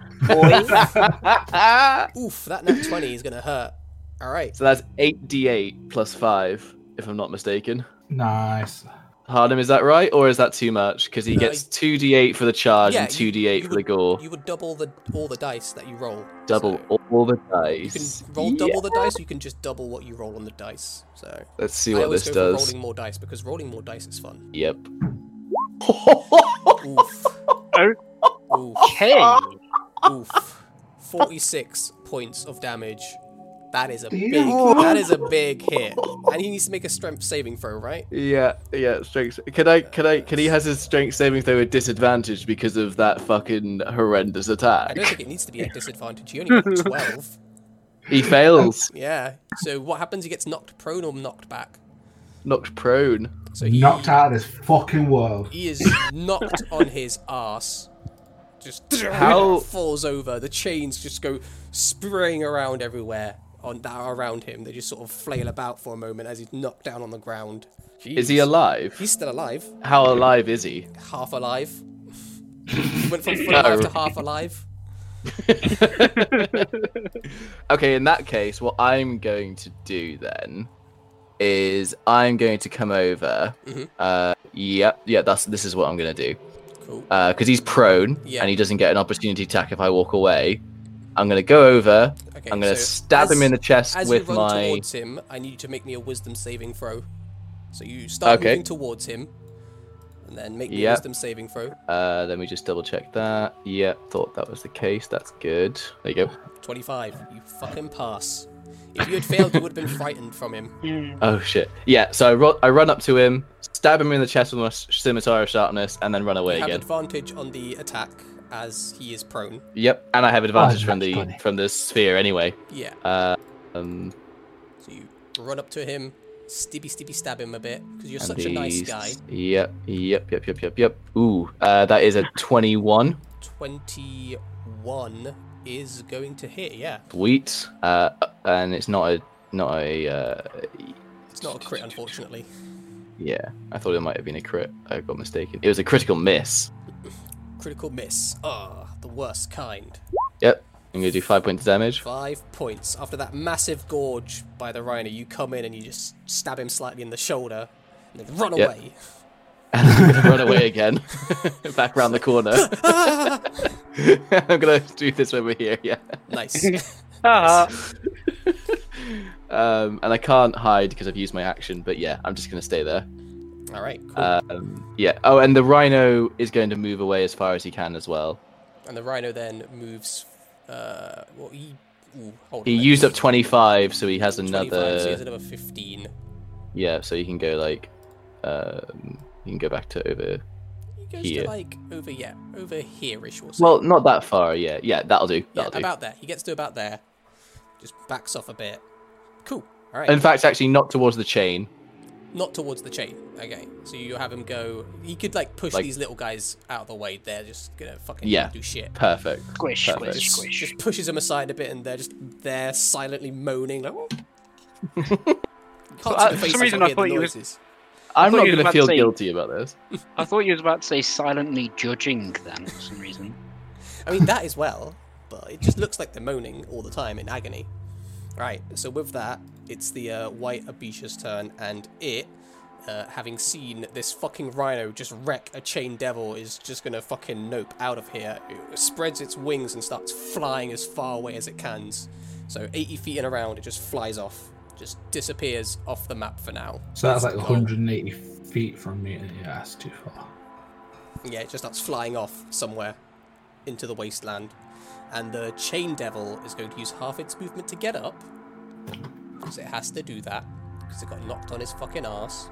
Speaker 1: Oof, that nat 20 is going to hurt. All right.
Speaker 3: So that's eight d8 plus five, if I'm not mistaken.
Speaker 5: Nice.
Speaker 3: Hardham, is that right, or is that too much? Because he
Speaker 1: No,
Speaker 3: gets two d8 for the charge
Speaker 1: Yeah,
Speaker 3: and
Speaker 1: you-
Speaker 3: two d8
Speaker 1: you
Speaker 3: for the gore.
Speaker 1: You would double the all the dice that you roll.
Speaker 3: double
Speaker 1: So
Speaker 3: all the
Speaker 1: you can
Speaker 3: dice.
Speaker 1: roll
Speaker 3: Yeah.
Speaker 1: double the dice, or you can just double what you roll on the dice. So
Speaker 3: Let's see
Speaker 1: I
Speaker 3: what
Speaker 1: always
Speaker 3: this
Speaker 1: go
Speaker 3: does.
Speaker 1: for rolling more dice because rolling more dice is fun.
Speaker 3: Yep.
Speaker 1: Oof. Oof.
Speaker 2: Okay.
Speaker 1: Oof. 46 points of damage. That is a
Speaker 5: Damn.
Speaker 1: big that is a big hit. And he needs to make a strength saving throw, right?
Speaker 3: yeah, yeah. Strength. Can I? Can I? Can he has his strength saving throw at disadvantage because of that fucking horrendous
Speaker 1: I don't
Speaker 3: attack?
Speaker 1: think it needs to be at disadvantage. He only got 12.
Speaker 3: He fails.
Speaker 1: Yeah. So what happens? He gets knocked prone or knocked back.
Speaker 3: Knocked prone.
Speaker 1: So he,
Speaker 5: Knocked out of this fucking world.
Speaker 1: he is knocked on his ass. Just
Speaker 3: How-
Speaker 1: falls over. The chains just go spraying around everywhere on that are around him. They just sort of flail about for a moment as he's knocked down on the ground.
Speaker 3: Is he alive?
Speaker 1: He's still alive.
Speaker 3: How alive is he?
Speaker 1: half alive. He went from full alive to half alive.
Speaker 3: Okay, in that case, what I'm going to do then is I'm going to come over.
Speaker 1: Mhm.
Speaker 3: Uh, yep, yeah, that's this is what I'm going to do
Speaker 1: Cool.
Speaker 3: because he's prone
Speaker 1: Yeah.
Speaker 3: and he doesn't get an opportunity attack if I walk away. I'm going to go over.
Speaker 1: Okay,
Speaker 3: I'm going to
Speaker 1: so
Speaker 3: stab him
Speaker 1: as-
Speaker 3: in the chest
Speaker 1: As
Speaker 3: with
Speaker 1: you run
Speaker 3: my.
Speaker 1: towards him, I need you to make me a wisdom saving throw. So you start
Speaker 3: Okay.
Speaker 1: moving towards him, and then make me a
Speaker 3: Yep.
Speaker 1: wisdom saving throw.
Speaker 3: Uh, let me just double check that. Yep, thought that was the case. That's good. There you go.
Speaker 1: Twenty-five. You fucking pass. If you had failed, you would have been frightened from him.
Speaker 3: Oh shit. Yeah. So I, ru- I run up to him, stab him in the chest with my s- scimitar of sharpness, and then run away
Speaker 1: You have
Speaker 3: again.
Speaker 1: advantage on the attack as he is prone.
Speaker 3: Yep, and I have advantage from
Speaker 6: Oh, that's
Speaker 3: the
Speaker 6: funny.
Speaker 3: from the sphere anyway.
Speaker 1: Yeah.
Speaker 3: Uh, um,
Speaker 1: So you run up to him, stibby stibby stab him a bit because you're
Speaker 3: and
Speaker 1: such a nice
Speaker 3: these-
Speaker 1: guy.
Speaker 3: Yep, yep, yep, yep, yep, yep. Ooh, uh, that is a twenty-one.
Speaker 1: 21 is going to hit, yeah.
Speaker 3: Sweet. Uh, and it's not a not a. Uh,
Speaker 1: It's not a crit, unfortunately.
Speaker 3: yeah, I thought it might have been a crit. I got mistaken. It was a critical miss.
Speaker 1: Critical miss. Ah, the worst kind.
Speaker 3: Yep, I'm gonna do five points of damage.
Speaker 1: Five points. After that massive gorge by the rhino, you come in and you just stab him slightly in the shoulder and then run
Speaker 3: Yeah.
Speaker 1: away.
Speaker 3: And I'm gonna run away again, back round the corner. I'm gonna do this over here. Yeah.
Speaker 1: Nice.
Speaker 2: Ah,
Speaker 3: Um, and I can't hide because I've used my action, but yeah, I'm just gonna stay there.
Speaker 1: All right, cool.
Speaker 3: Um, yeah. Oh, and the rhino is going to move away as far as he can as well.
Speaker 1: and the rhino then moves. Uh, well, he. Ooh, hold
Speaker 3: He
Speaker 1: on, let
Speaker 3: used
Speaker 1: me-
Speaker 3: up 25, so he has
Speaker 1: 25, so he has
Speaker 3: another.
Speaker 1: another 15.
Speaker 3: Yeah, so he can go like. Um, he can go back to over.
Speaker 1: He goes
Speaker 3: Here.
Speaker 1: to like over, yeah, over here ish or something.
Speaker 3: Well, not that far. Yeah, yeah, that'll do.
Speaker 1: yeah,
Speaker 3: That'll do.
Speaker 1: about there. He gets to about there. Just backs off a bit. Cool. All right.
Speaker 3: In fact, actually, not towards the chain.
Speaker 1: Not towards the chain. Okay. So you have him go. He could like push
Speaker 3: Like-
Speaker 1: these little guys out of the way. They're just gonna fucking
Speaker 3: Yeah.
Speaker 1: do shit.
Speaker 3: Perfect.
Speaker 2: Squish,
Speaker 3: Perfect.
Speaker 2: squish, squish.
Speaker 1: Just pushes them aside a bit, and they're just there silently moaning like. "Oh." Can't
Speaker 2: I-
Speaker 1: see the
Speaker 2: for
Speaker 1: faces,
Speaker 2: some reason
Speaker 1: I
Speaker 2: I
Speaker 1: hear
Speaker 2: thought
Speaker 1: the
Speaker 2: you was-
Speaker 1: noises.
Speaker 3: I'm
Speaker 2: thought
Speaker 3: not
Speaker 2: you were
Speaker 3: going to
Speaker 2: about to
Speaker 3: feel
Speaker 2: say-
Speaker 3: guilty about this.
Speaker 2: I thought you was about to say silently judging then for some reason.
Speaker 1: I mean that as well, but it just looks like they're moaning all the time in agony. Right. So with that, it's the uh, white Abisha's turn, and it, uh, having seen this fucking rhino just wreck a chain devil, is just gonna fucking nope out of here. It spreads its wings and starts flying as far away as it can. So 80 feet and around, it just flies off, just disappears off the map for now.
Speaker 6: So that's like
Speaker 1: It's gone.
Speaker 6: 180 feet from me. Yeah, that's too far.
Speaker 1: Yeah, it just starts flying off somewhere into the wasteland. And the Chain Devil is going to use half its movement to get up. Because it has to do that. Because it got knocked on his fucking ass.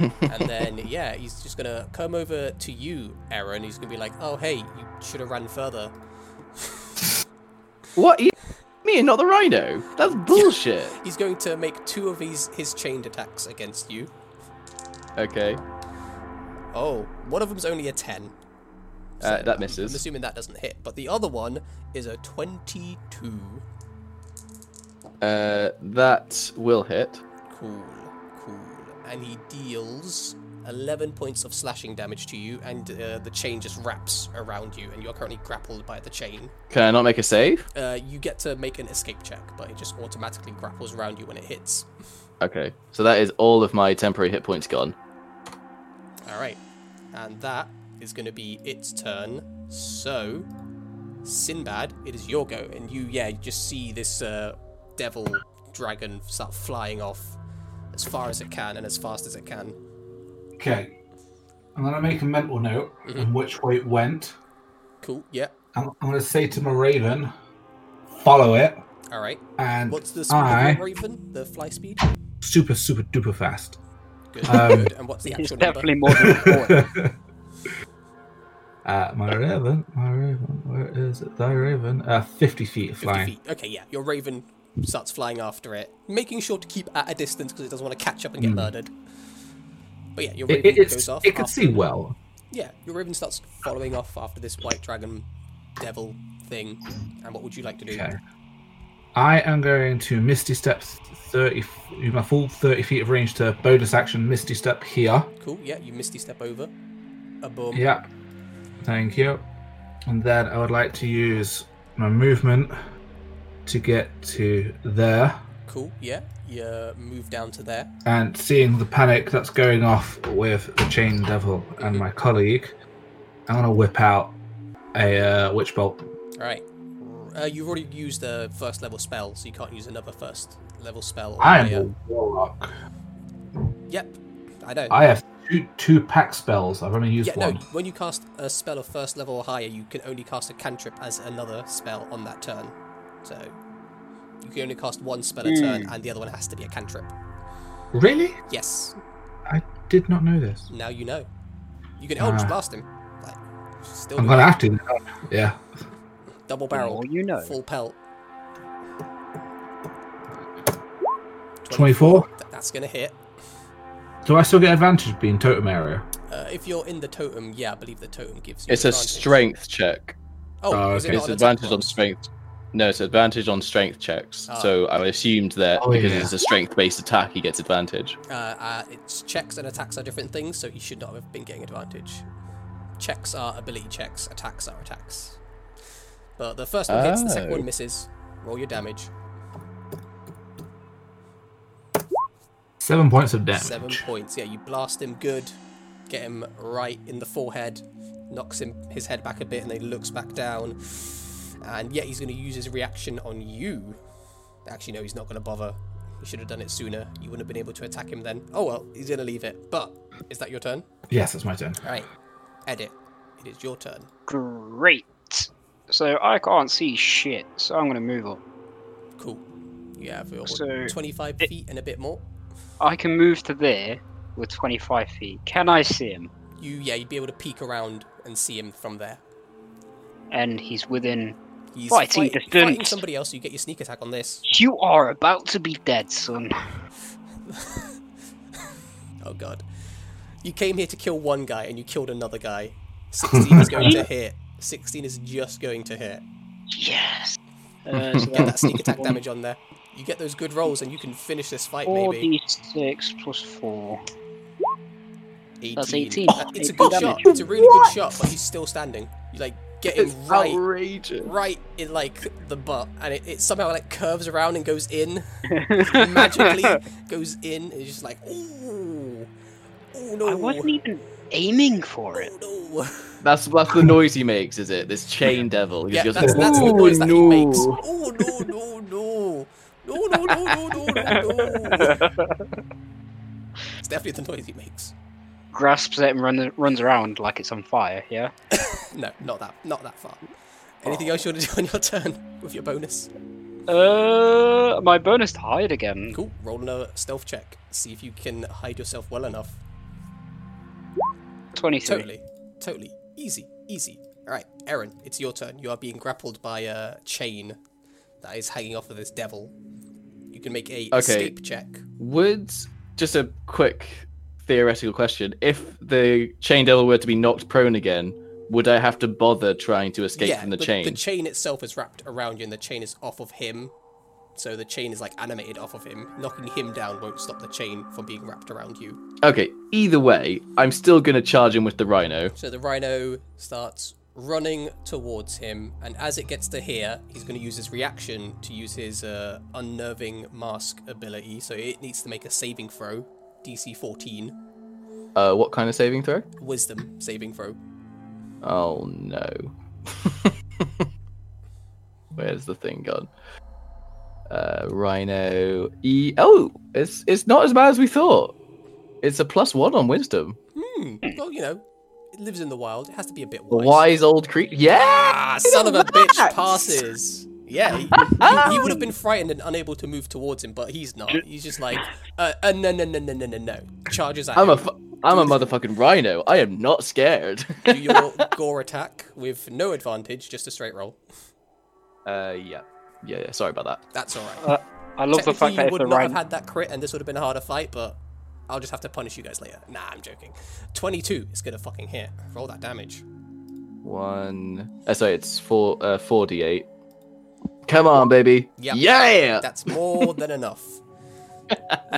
Speaker 1: and then, yeah, he's just going to come over to you, Aaron. He's going to be like, oh, hey, you should have run further.
Speaker 3: What? You- Me and not the rhino? That's bullshit.
Speaker 1: He's going to make two of his, his chained attacks against you.
Speaker 3: okay.
Speaker 1: Oh, one of them's only a 10.
Speaker 3: Uh, that
Speaker 1: I'm
Speaker 3: misses.
Speaker 1: assuming that doesn't hit. But the other one is a 22.
Speaker 3: Uh, that will hit.
Speaker 1: Cool, cool. And he deals 11 points of slashing damage to you, and uh, the chain just wraps around you, and you're currently grappled by the chain.
Speaker 3: Can I not make a save?
Speaker 1: Uh, you get to make an escape check, but it just automatically grapples around you when it hits.
Speaker 3: Okay. So that is all of my temporary hit points gone.
Speaker 1: All right. And that is going to be its turn. So, Sinbad, it is your go. And you, yeah, you just see this uh, devil dragon start flying off as far as it can and as fast as it can.
Speaker 6: Okay.
Speaker 5: I'm gonna make a mental note
Speaker 6: Mm-hmm.
Speaker 5: on which way it went.
Speaker 1: Cool, yeah.
Speaker 5: I'm, I'm gonna say to my raven, follow it,
Speaker 1: All right.
Speaker 5: and
Speaker 1: What's the speed
Speaker 5: I-
Speaker 1: of your raven? The fly speed?
Speaker 6: Super, super duper fast.
Speaker 1: Good.
Speaker 6: Um,
Speaker 1: good. And what's the
Speaker 2: It's
Speaker 1: actual number?
Speaker 2: definitely more than four.
Speaker 6: Uh, my raven, my raven, where is it? Thy raven, uh, 50 feet
Speaker 1: 50
Speaker 6: flying.
Speaker 1: feet. Okay, yeah. Your raven starts flying after it, making sure to keep at a distance because it doesn't want to catch up and get murdered. But yeah, your
Speaker 6: Hmm. It,
Speaker 1: raven
Speaker 6: it,
Speaker 1: goes
Speaker 6: it's,
Speaker 1: off.
Speaker 6: it can
Speaker 1: after-
Speaker 6: see well.
Speaker 1: Yeah, your raven starts following off after this white dragon devil thing. And what would you like to do?
Speaker 6: Okay. I am going to Misty Steps 30, f- use my full 30 feet of range to bonus action Misty Step here.
Speaker 1: Cool. Yeah, you misty step over. A boom.
Speaker 6: Yep. Thank you. And then I would like to use my movement to get to there.
Speaker 1: Cool. Yeah. You uh, move down to there.
Speaker 6: And seeing the panic that's going off with the Chain Devil and my colleague, I'm going to whip out a uh, Witch Bolt.
Speaker 1: All right. Uh, you've already used a first level spell, so you can't use another first level spell. or
Speaker 6: I am
Speaker 1: higher.
Speaker 6: a Warlock.
Speaker 1: Yep, I know.
Speaker 6: I have two, two pack spells. I've only used
Speaker 1: yeah, no.
Speaker 6: one.
Speaker 1: When you cast a spell of first level or higher, you can only cast a cantrip as another spell on that turn. So you can only cast one spell a
Speaker 6: Hmm.
Speaker 1: turn, and the other one has to be a cantrip.
Speaker 6: Really?
Speaker 1: Yes.
Speaker 6: I did not know this.
Speaker 1: Now you know. You can Eldritch
Speaker 6: Ah.
Speaker 1: Blast him. Like, still
Speaker 6: I'm
Speaker 1: do
Speaker 6: going to
Speaker 1: that.
Speaker 6: have to. Yeah.
Speaker 1: double
Speaker 2: The
Speaker 1: barrel,
Speaker 2: more you know.
Speaker 1: full pelt.
Speaker 6: 24.
Speaker 1: Th- That's gonna hit.
Speaker 6: Do I still get advantage being totem area?
Speaker 1: Uh, if you're in the totem, yeah, I believe the totem gives you.
Speaker 3: It's a
Speaker 1: advantage.
Speaker 3: strength check.
Speaker 1: Oh,
Speaker 6: Oh,
Speaker 1: is it
Speaker 6: okay.
Speaker 1: not
Speaker 3: It's
Speaker 1: an attack
Speaker 3: advantage on
Speaker 1: roll?
Speaker 3: strength. No, it's advantage on strength checks.
Speaker 1: Ah.
Speaker 3: So I assumed that
Speaker 6: Oh,
Speaker 3: because
Speaker 6: yeah.
Speaker 3: it's a strength-based attack, he gets advantage.
Speaker 1: Uh, uh, its checks and attacks are different things, so you should not have been getting advantage. Checks are ability checks, attacks are attacks. But the first one hits, the second
Speaker 3: Oh.
Speaker 1: one misses. Roll your damage.
Speaker 6: Seven points of damage.
Speaker 1: Seven points. Yeah, you blast him good, get him right in the forehead, knocks him his head back a bit, and then he looks back down. And yeah, he's going to use his reaction on you. Actually, no, he's not going to bother. He should have done it sooner. You wouldn't have been able to attack him then. Oh well, he's going to leave it. But Is that your turn?
Speaker 6: Yes, that's my turn.
Speaker 1: Right. Edit. It is your turn.
Speaker 2: Great. So I can't see shit, so I'm going to move up.
Speaker 1: Cool. You have your
Speaker 2: So,
Speaker 1: 25
Speaker 2: it-
Speaker 1: feet and a bit more.
Speaker 2: I can move to there with 25 feet. Can I see him?
Speaker 1: You yeah, you'd be able to peek around and see him from there.
Speaker 2: And he's within.
Speaker 1: He's
Speaker 2: Fighting
Speaker 1: fight-
Speaker 2: distance.
Speaker 1: fighting somebody else. So you get your sneak attack on this.
Speaker 2: You are about to be dead, son.
Speaker 1: Oh god. You came here to kill one guy and you killed another guy. 16 is going to hit. 16 is just going to hit.
Speaker 2: Yes. Uh, so
Speaker 1: Get that sneak attack
Speaker 2: one-
Speaker 1: damage on there. You get those good rolls and you can finish this fight maybe.
Speaker 2: 4d6 plus 4.
Speaker 1: 18.
Speaker 2: that's 18.
Speaker 1: Uh, It's a good
Speaker 2: 18
Speaker 1: shot.
Speaker 2: damage.
Speaker 1: It's a really good shot, but he's still standing. You like get him
Speaker 3: It's
Speaker 1: right
Speaker 3: outrageous.
Speaker 1: right in like the butt and it, it somehow like curves around and goes in. magically goes in and you're just like, ooh. Oh no.
Speaker 2: I wasn't even aiming for it.
Speaker 1: oh, no.
Speaker 3: That's that's the noise he makes, is it? This chain devil. He
Speaker 1: Yeah,
Speaker 3: just
Speaker 1: that's,
Speaker 3: goes,
Speaker 1: that's the
Speaker 3: "Ooh,
Speaker 1: noise that
Speaker 3: no."
Speaker 1: he makes. Oh no no no. No no no no no no no. It's definitely the noise he makes.
Speaker 2: Grasps it and run, runs around like it's on fire, yeah?
Speaker 1: No, not that not that far. Anything else you want to do on your turn with your bonus?
Speaker 2: Uh, my bonus to hide again.
Speaker 1: Cool. Roll another stealth check. See if you can hide yourself well enough.
Speaker 2: 23.
Speaker 1: Totally. Totally. Easy. Easy. Alright, Aaron, it's your turn. You are being grappled by a chain that is hanging off of this devil. You can make a
Speaker 3: Okay.
Speaker 1: escape check.
Speaker 3: Would just a quick theoretical question: If the chain devil were to be knocked prone again, would I have to bother trying to escape from the, chain?
Speaker 1: The chain itself is wrapped around you, and the chain is off of him. So the chain is like animated off of him. Knocking him down won't stop the chain from being wrapped around you.
Speaker 3: Okay. Either way, I'm still gonna charge him with the rhino.
Speaker 1: So the rhino starts running towards him, and as it gets to here, he's going to use his reaction to use his uh, unnerving mask ability. So it needs to make a saving throw, DC 14,
Speaker 3: Uh, what kind of saving throw?
Speaker 1: wisdom saving throw.
Speaker 3: Oh no. Where's the thing gone? Uh, Rhino E. Oh, it's it's not as bad as we thought. It's a plus one on wisdom.
Speaker 1: Hmm. Well, you know, it lives in the wild. It has to be a bit
Speaker 3: The
Speaker 1: wise.
Speaker 3: wise old creature. Yeah,
Speaker 1: Ah, son of a bitch
Speaker 3: that.
Speaker 1: passes. Yeah, he, he- he would have been frightened and unable to move towards him, but he's not. He's just like, uh, uh no, no, no, no, no, no, no. Charges at
Speaker 3: I'm a
Speaker 1: him.
Speaker 3: fu- I'm a motherfucking rhino. I am not scared.
Speaker 1: Do your gore attack with no advantage, just a straight roll.
Speaker 3: uh, yeah. yeah, yeah. Sorry about that.
Speaker 1: That's all right.
Speaker 2: Uh, I love the
Speaker 1: Technically,
Speaker 2: fact that
Speaker 1: you
Speaker 2: if
Speaker 1: would
Speaker 2: the
Speaker 1: not
Speaker 2: right.
Speaker 1: have had that crit, and this would have been a harder fight, but I'll just have to punish you guys later. Nah, I'm joking. 22 is gonna fucking hit. Roll that damage.
Speaker 3: One. Uh, sorry, it's four. Uh, forty-eight. Come on, baby.
Speaker 1: Yep.
Speaker 3: Yeah.
Speaker 1: That's more than enough.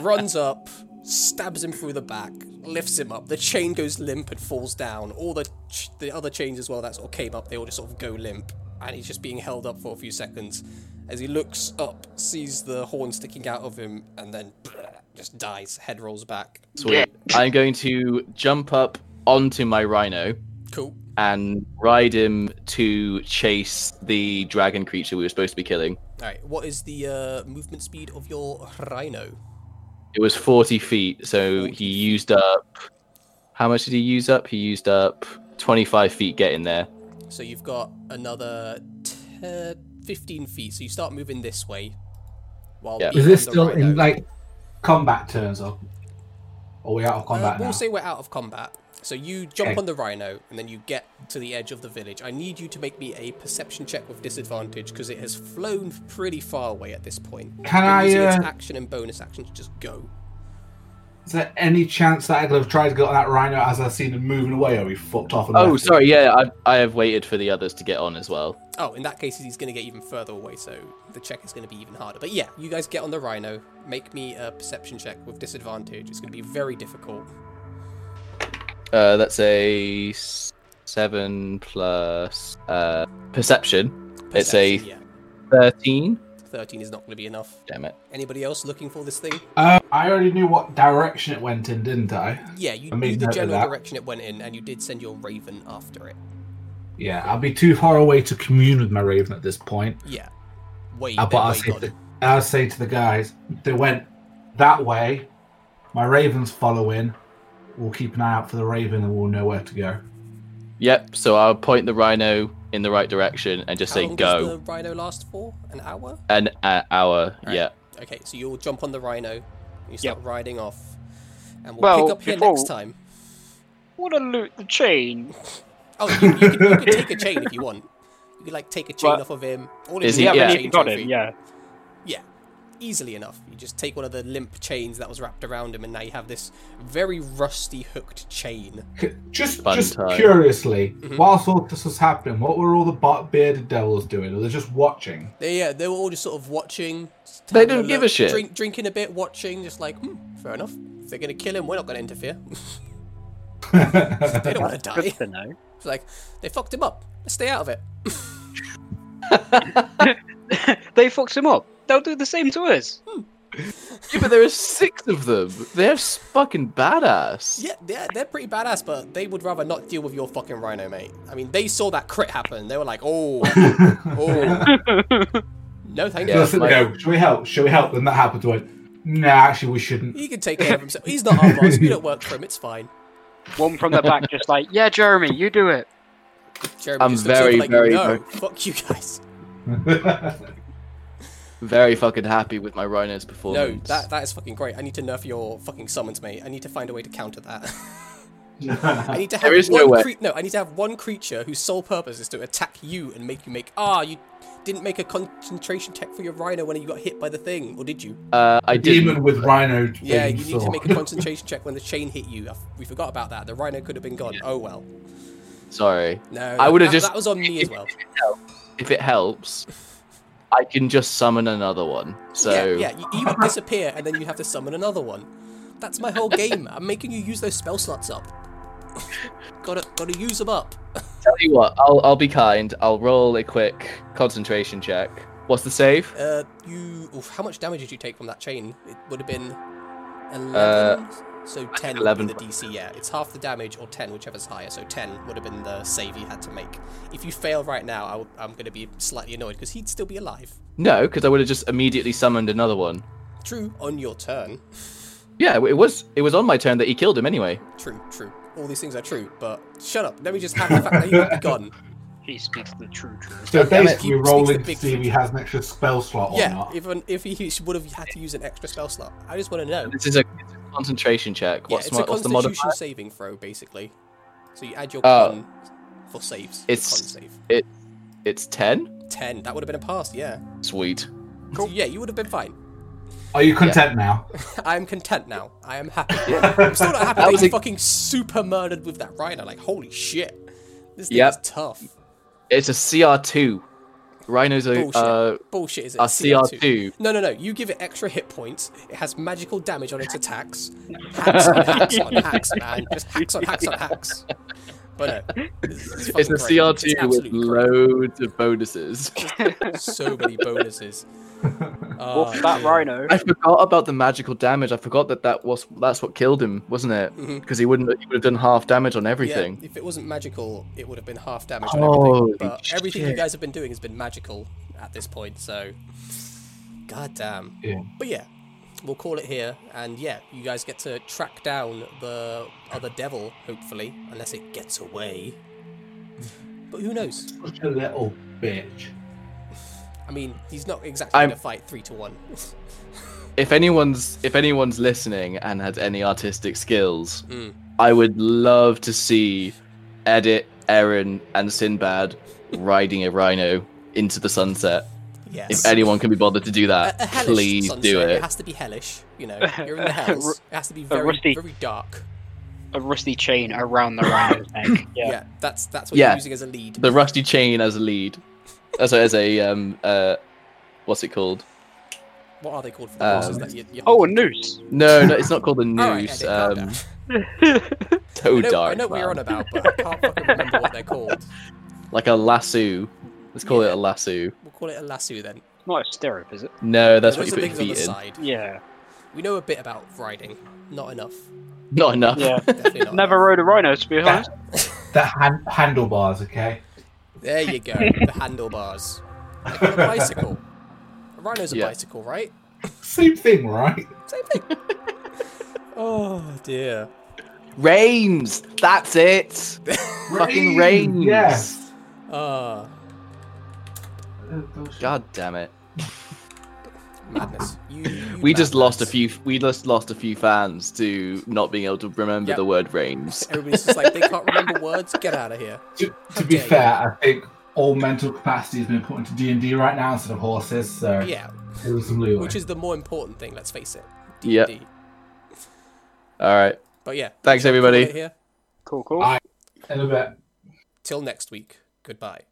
Speaker 1: Runs up, stabs him through the back, lifts him up. The chain goes limp and falls down. All the ch- the other chains as well that sort of came up, they all just sort of go limp, and he's just being held up for a few seconds. As he looks up, sees the horn sticking out of him, and then just dies. Head rolls back.
Speaker 3: Sweet. I'm going to jump up onto my rhino
Speaker 1: Cool.
Speaker 3: and ride him to chase the dragon creature we were supposed to be killing.
Speaker 1: All right. What is the uh, movement speed of your rhino?
Speaker 3: It was 40 feet, so he used up. How much did he use up? He used up 25 feet getting there.
Speaker 1: So you've got another t- 15 feet. So you start moving this way. While
Speaker 3: Yeah.
Speaker 1: being
Speaker 6: Is this
Speaker 1: on the
Speaker 6: still in
Speaker 1: rhino.
Speaker 6: like combat turns or Are we out of
Speaker 1: Uh,
Speaker 6: combat
Speaker 1: we'll
Speaker 6: now?
Speaker 1: say we're out of combat. So you jump
Speaker 6: Okay.
Speaker 1: on the rhino and then you get to the edge of the village. I need you to make me a perception check with disadvantage because it has flown pretty far away at this point.
Speaker 6: Can
Speaker 1: Been
Speaker 6: I?
Speaker 1: using its
Speaker 6: Uh,
Speaker 1: action and bonus action to just go.
Speaker 6: is there any chance that I could have tried to get on that rhino as I seen him moving away, or he fucked off? And
Speaker 3: Oh,
Speaker 6: left it?
Speaker 3: sorry. Yeah, I, I have waited for the others to get on as well.
Speaker 1: Oh, in that case, he's going to get even further away, so the check is going to be even harder. But yeah, you guys get on the rhino. Make me a perception check with disadvantage. It's going to be very difficult.
Speaker 3: Uh, that's a s- seven plus uh, perception. It's a-
Speaker 1: Perception, yeah.
Speaker 3: 13.
Speaker 1: 13 is not going to be enough.
Speaker 3: Damn it.
Speaker 1: Anybody else looking for this thing?
Speaker 6: Uh, I already knew what direction it went in, didn't I?
Speaker 1: Yeah, you
Speaker 6: I
Speaker 1: knew
Speaker 6: made
Speaker 1: the
Speaker 6: note of
Speaker 1: general
Speaker 6: that.
Speaker 1: direction it went in, and you did send your raven after it.
Speaker 6: Yeah, I'll be too far away to commune with my raven at this point.
Speaker 1: Yeah. Way,
Speaker 6: Uh,
Speaker 1: way,
Speaker 6: but I'll
Speaker 1: way
Speaker 6: say,
Speaker 1: gone.
Speaker 6: to, I'll say to the guys, they went that way. My raven's following. We'll keep an eye out for the raven and we'll know where to go.
Speaker 3: Yep. So I'll point the rhino in the right direction and just
Speaker 1: How
Speaker 3: say
Speaker 1: long does the
Speaker 3: go.
Speaker 1: rhino last for? An hour?
Speaker 3: An uh, hour.
Speaker 1: Right.
Speaker 3: Yeah.
Speaker 1: Okay, so you'll jump on the rhino, and you start riding off, and we'll
Speaker 2: Well,
Speaker 1: pick up here
Speaker 2: before-
Speaker 1: next time.
Speaker 2: want to loot the chain.
Speaker 1: Oh, you, you, can, you can take a chain if you want. You could like take a chain
Speaker 2: But-
Speaker 1: off of him. All
Speaker 3: Is
Speaker 1: you
Speaker 3: he-
Speaker 1: need
Speaker 3: yeah.
Speaker 1: is a
Speaker 2: but
Speaker 3: Chain
Speaker 2: he
Speaker 1: chain
Speaker 2: got
Speaker 1: trophy.
Speaker 2: it, yeah.
Speaker 1: easily enough. You just take one of the limp chains that was wrapped around him, and now you have this very rusty hooked chain.
Speaker 6: C- Just,
Speaker 3: Fun
Speaker 6: just
Speaker 3: time. Mm-hmm.
Speaker 6: curiously,
Speaker 1: Mhm.
Speaker 6: whilst all this was happening, what were all the bo- bearded devils doing? Were they just watching?
Speaker 1: They, yeah, they were all just sort of watching. just
Speaker 3: They
Speaker 1: having
Speaker 3: don't give a shit.
Speaker 1: Drink, drinking a bit, watching, just like, hmm, fair enough. If they're gonna kill him, we're not gonna interfere. they don't want to die.
Speaker 2: Good to know.
Speaker 1: It's like they fucked him up. Let's stay out of it.
Speaker 2: they fucked him up. They'll do the same to us.
Speaker 3: yeah, but there are six of them. They're s- fucking badass.
Speaker 1: Yeah, they're, they're pretty badass, but they would rather not deal with your fucking rhino, mate. I mean, they saw that crit happen. They were like, oh, oh. no, thank
Speaker 3: Yeah,
Speaker 1: you.
Speaker 6: Just said,
Speaker 3: like-
Speaker 6: no, should we help? Should we help? Then that happened. Went, nah, actually, we shouldn't.
Speaker 1: He can take care of himself. He's not our boss. We don't work for him. It's fine.
Speaker 2: One from the back, just like, yeah, Jeremy, you do it.
Speaker 1: Jeremy
Speaker 3: I'm
Speaker 1: just looks
Speaker 3: very,
Speaker 1: over like,
Speaker 3: very,
Speaker 1: no,
Speaker 3: very-
Speaker 1: fuck you guys.
Speaker 3: Very fucking happy with my rhino's
Speaker 1: No,
Speaker 3: performance.
Speaker 1: that that is fucking great. I need to nerf your fucking summons, mate. I need to find a way to counter that. I need to have
Speaker 3: There is
Speaker 1: one
Speaker 3: no way.
Speaker 1: crea- no, I need to have one creature whose sole purpose is to attack you and make you make ah you didn't make a concentration check for your rhino when you got hit by the thing, or did you?
Speaker 3: Uh, I did.
Speaker 6: Demon with rhino.
Speaker 1: Yeah,
Speaker 6: being
Speaker 1: you need to
Speaker 6: thought.
Speaker 1: make a concentration check when the chain hit you. I f- We forgot about that. The rhino could have been gone. Oh well.
Speaker 3: Sorry.
Speaker 1: No,
Speaker 3: I would've
Speaker 1: that-
Speaker 3: just-
Speaker 1: that was on me as well.
Speaker 3: If it helps, I can just summon another one. So
Speaker 1: Yeah, yeah. You, you would disappear and then you have to summon another one. That's my whole game. I'm making you use those spell slots up. gotta gotta use them up.
Speaker 3: tell you what, I'll I'll be kind. I'll roll a quick concentration check. What's the save?
Speaker 1: Uh, you. Oof, how much damage did you take from that chain? It would have been
Speaker 3: Uh,
Speaker 1: eleven. so ten. Eleven.
Speaker 3: 11.
Speaker 1: The DC. Yeah, it's half the damage or ten, whichever's higher. So ten would have been the save you had to make. If you fail right now, I would, I'm going to be slightly annoyed because he'd still be alive.
Speaker 3: No, because I would have just immediately summoned another one.
Speaker 1: True. On your turn.
Speaker 3: Yeah, it was it was on my turn that he killed him anyway.
Speaker 1: True. True. All these things are true. But shut up. Let me just have the fact that you would be gone.
Speaker 2: He speaks the true truth.
Speaker 6: So
Speaker 1: Damn it.
Speaker 6: basically,
Speaker 1: He
Speaker 6: we're
Speaker 1: speaks
Speaker 6: rolling
Speaker 1: the
Speaker 6: to
Speaker 1: big
Speaker 6: see if he has an extra spell slot
Speaker 3: Oh,
Speaker 6: or
Speaker 1: Yeah,
Speaker 6: not.
Speaker 1: even if he, he would have had to use an extra spell slot. I just want to know.
Speaker 3: This is a, it's a concentration check.
Speaker 1: Yeah,
Speaker 3: What's
Speaker 1: it's
Speaker 3: my
Speaker 1: a
Speaker 3: what's the
Speaker 1: Constitution
Speaker 3: modifier?
Speaker 1: saving throw basically. So you add your
Speaker 3: Oh.
Speaker 1: con for saves.
Speaker 3: It's-
Speaker 1: con save.
Speaker 3: It's ten.
Speaker 1: ten. That would have been a pass. Yeah.
Speaker 3: Sweet.
Speaker 1: So yeah, you would have been fine.
Speaker 6: Are you content now?
Speaker 1: I am content now. I am happy. I'm still not happy
Speaker 3: That
Speaker 1: that
Speaker 3: was
Speaker 1: you
Speaker 3: a-
Speaker 1: fucking super murdered with that rhino. Like holy shit, this thing
Speaker 3: Yep.
Speaker 1: is tough.
Speaker 3: It's a CR two. Rhinos are
Speaker 1: Bullshit.
Speaker 3: uh,
Speaker 1: Bullshit is it?
Speaker 3: are CR two.
Speaker 1: No, no, no. You give it extra hit points. It has magical damage on its attacks. Hacks on hacks on hacks, man. Just hacks on hacks on hacks. But no, this is
Speaker 3: It's
Speaker 1: fucking
Speaker 3: a
Speaker 1: great.
Speaker 3: CR
Speaker 1: It's
Speaker 3: two with
Speaker 1: absolutely great.
Speaker 3: loads of bonuses.
Speaker 1: so many bonuses. Oh,
Speaker 2: Wolf that
Speaker 1: dear.
Speaker 2: rhino.
Speaker 3: I forgot about the magical damage. I forgot that that was that's what killed him, wasn't it?
Speaker 1: Mhm.
Speaker 3: Because he wouldn't he would have done half damage on everything.
Speaker 1: Yeah, if it wasn't magical, it would have been half damage on
Speaker 3: Holy
Speaker 1: everything. But everything you
Speaker 3: shit.
Speaker 1: guys have been doing has been magical at this point, so god damn.
Speaker 6: Yeah.
Speaker 1: But yeah, we'll call it here, and yeah, you guys get to track down the other devil, hopefully, unless it gets away. But who knows?
Speaker 6: Such a little bitch.
Speaker 1: I mean, he's not exactly
Speaker 3: I'm-
Speaker 1: going to fight three to one.
Speaker 3: If anyone's if anyone's listening and has any artistic skills,
Speaker 1: Mm.
Speaker 3: I would love to see Edit, Eren, and Sinbad riding a rhino into the sunset.
Speaker 1: yes.
Speaker 3: If anyone can be bothered to do
Speaker 1: a,
Speaker 3: that,
Speaker 1: a hellish
Speaker 3: please
Speaker 1: sunset.
Speaker 3: do
Speaker 1: It
Speaker 3: it.
Speaker 1: has to be hellish, you know. You're in the hells. It has to be very,
Speaker 2: rusty-
Speaker 1: very dark.
Speaker 2: A rusty chain around the rhino's neck.
Speaker 1: Yeah,
Speaker 2: Yeah.
Speaker 1: that's that's what
Speaker 3: Yeah.
Speaker 1: you're using as a lead.
Speaker 3: The rusty chain as a lead, as a, as a um uh, what's it called?
Speaker 1: What are they called for the
Speaker 3: Um,
Speaker 1: horses that you, you
Speaker 2: Oh, a
Speaker 1: hold?
Speaker 2: noose.
Speaker 3: No, no, it's not called a noose.
Speaker 1: All right, Andy, calm
Speaker 3: um,
Speaker 1: down.
Speaker 3: so
Speaker 1: I know,
Speaker 3: dark.
Speaker 1: I know what
Speaker 3: man.
Speaker 1: you're on about, but I can't fucking remember what they're called.
Speaker 3: like a lasso. Let's call
Speaker 1: Yeah.
Speaker 3: it a lasso.
Speaker 1: We'll call it a lasso then.
Speaker 2: Not a stirrup, is it?
Speaker 3: No, that's what
Speaker 1: Those
Speaker 3: you
Speaker 1: are
Speaker 3: put your
Speaker 1: things on the
Speaker 3: feet in.
Speaker 1: side.
Speaker 2: Yeah.
Speaker 1: We know a bit about riding. Not enough.
Speaker 3: Not enough.
Speaker 2: Yeah.
Speaker 1: Definitely not.
Speaker 2: Never
Speaker 1: enough.
Speaker 2: rode a rhino, to be honest.
Speaker 6: The hand- handlebars, okay?
Speaker 1: There you go. The handlebars. Like on a bicycle. A rhino's a
Speaker 3: Yeah.
Speaker 1: bicycle, right?
Speaker 6: Same thing, right?
Speaker 1: Same thing. oh dear.
Speaker 3: Rames. That's it. Fucking Rames.
Speaker 5: Yes.
Speaker 1: Ah,
Speaker 3: God damn it.
Speaker 1: madness. You, you
Speaker 3: We just lost a
Speaker 1: madness.
Speaker 3: few. We just lost a few fans to not being able to remember
Speaker 1: Yep.
Speaker 3: the word Rames.
Speaker 1: Everybody's just like, they can't remember words. Get out of here.
Speaker 5: To,
Speaker 1: How
Speaker 5: to be
Speaker 1: dare you.
Speaker 5: fair, I think all mental capacity has been put into D and D right now instead of horses. So
Speaker 1: Yeah,
Speaker 5: there was some leeway.
Speaker 1: which is the more important thing. Let's face it.
Speaker 3: Yeah.
Speaker 1: D&D.
Speaker 3: All right.
Speaker 1: But yeah,
Speaker 3: Thanks
Speaker 1: we'll call it
Speaker 3: everybody.
Speaker 1: Here
Speaker 2: Cool, cool.
Speaker 5: I- in a bit.
Speaker 1: till next week. Goodbye.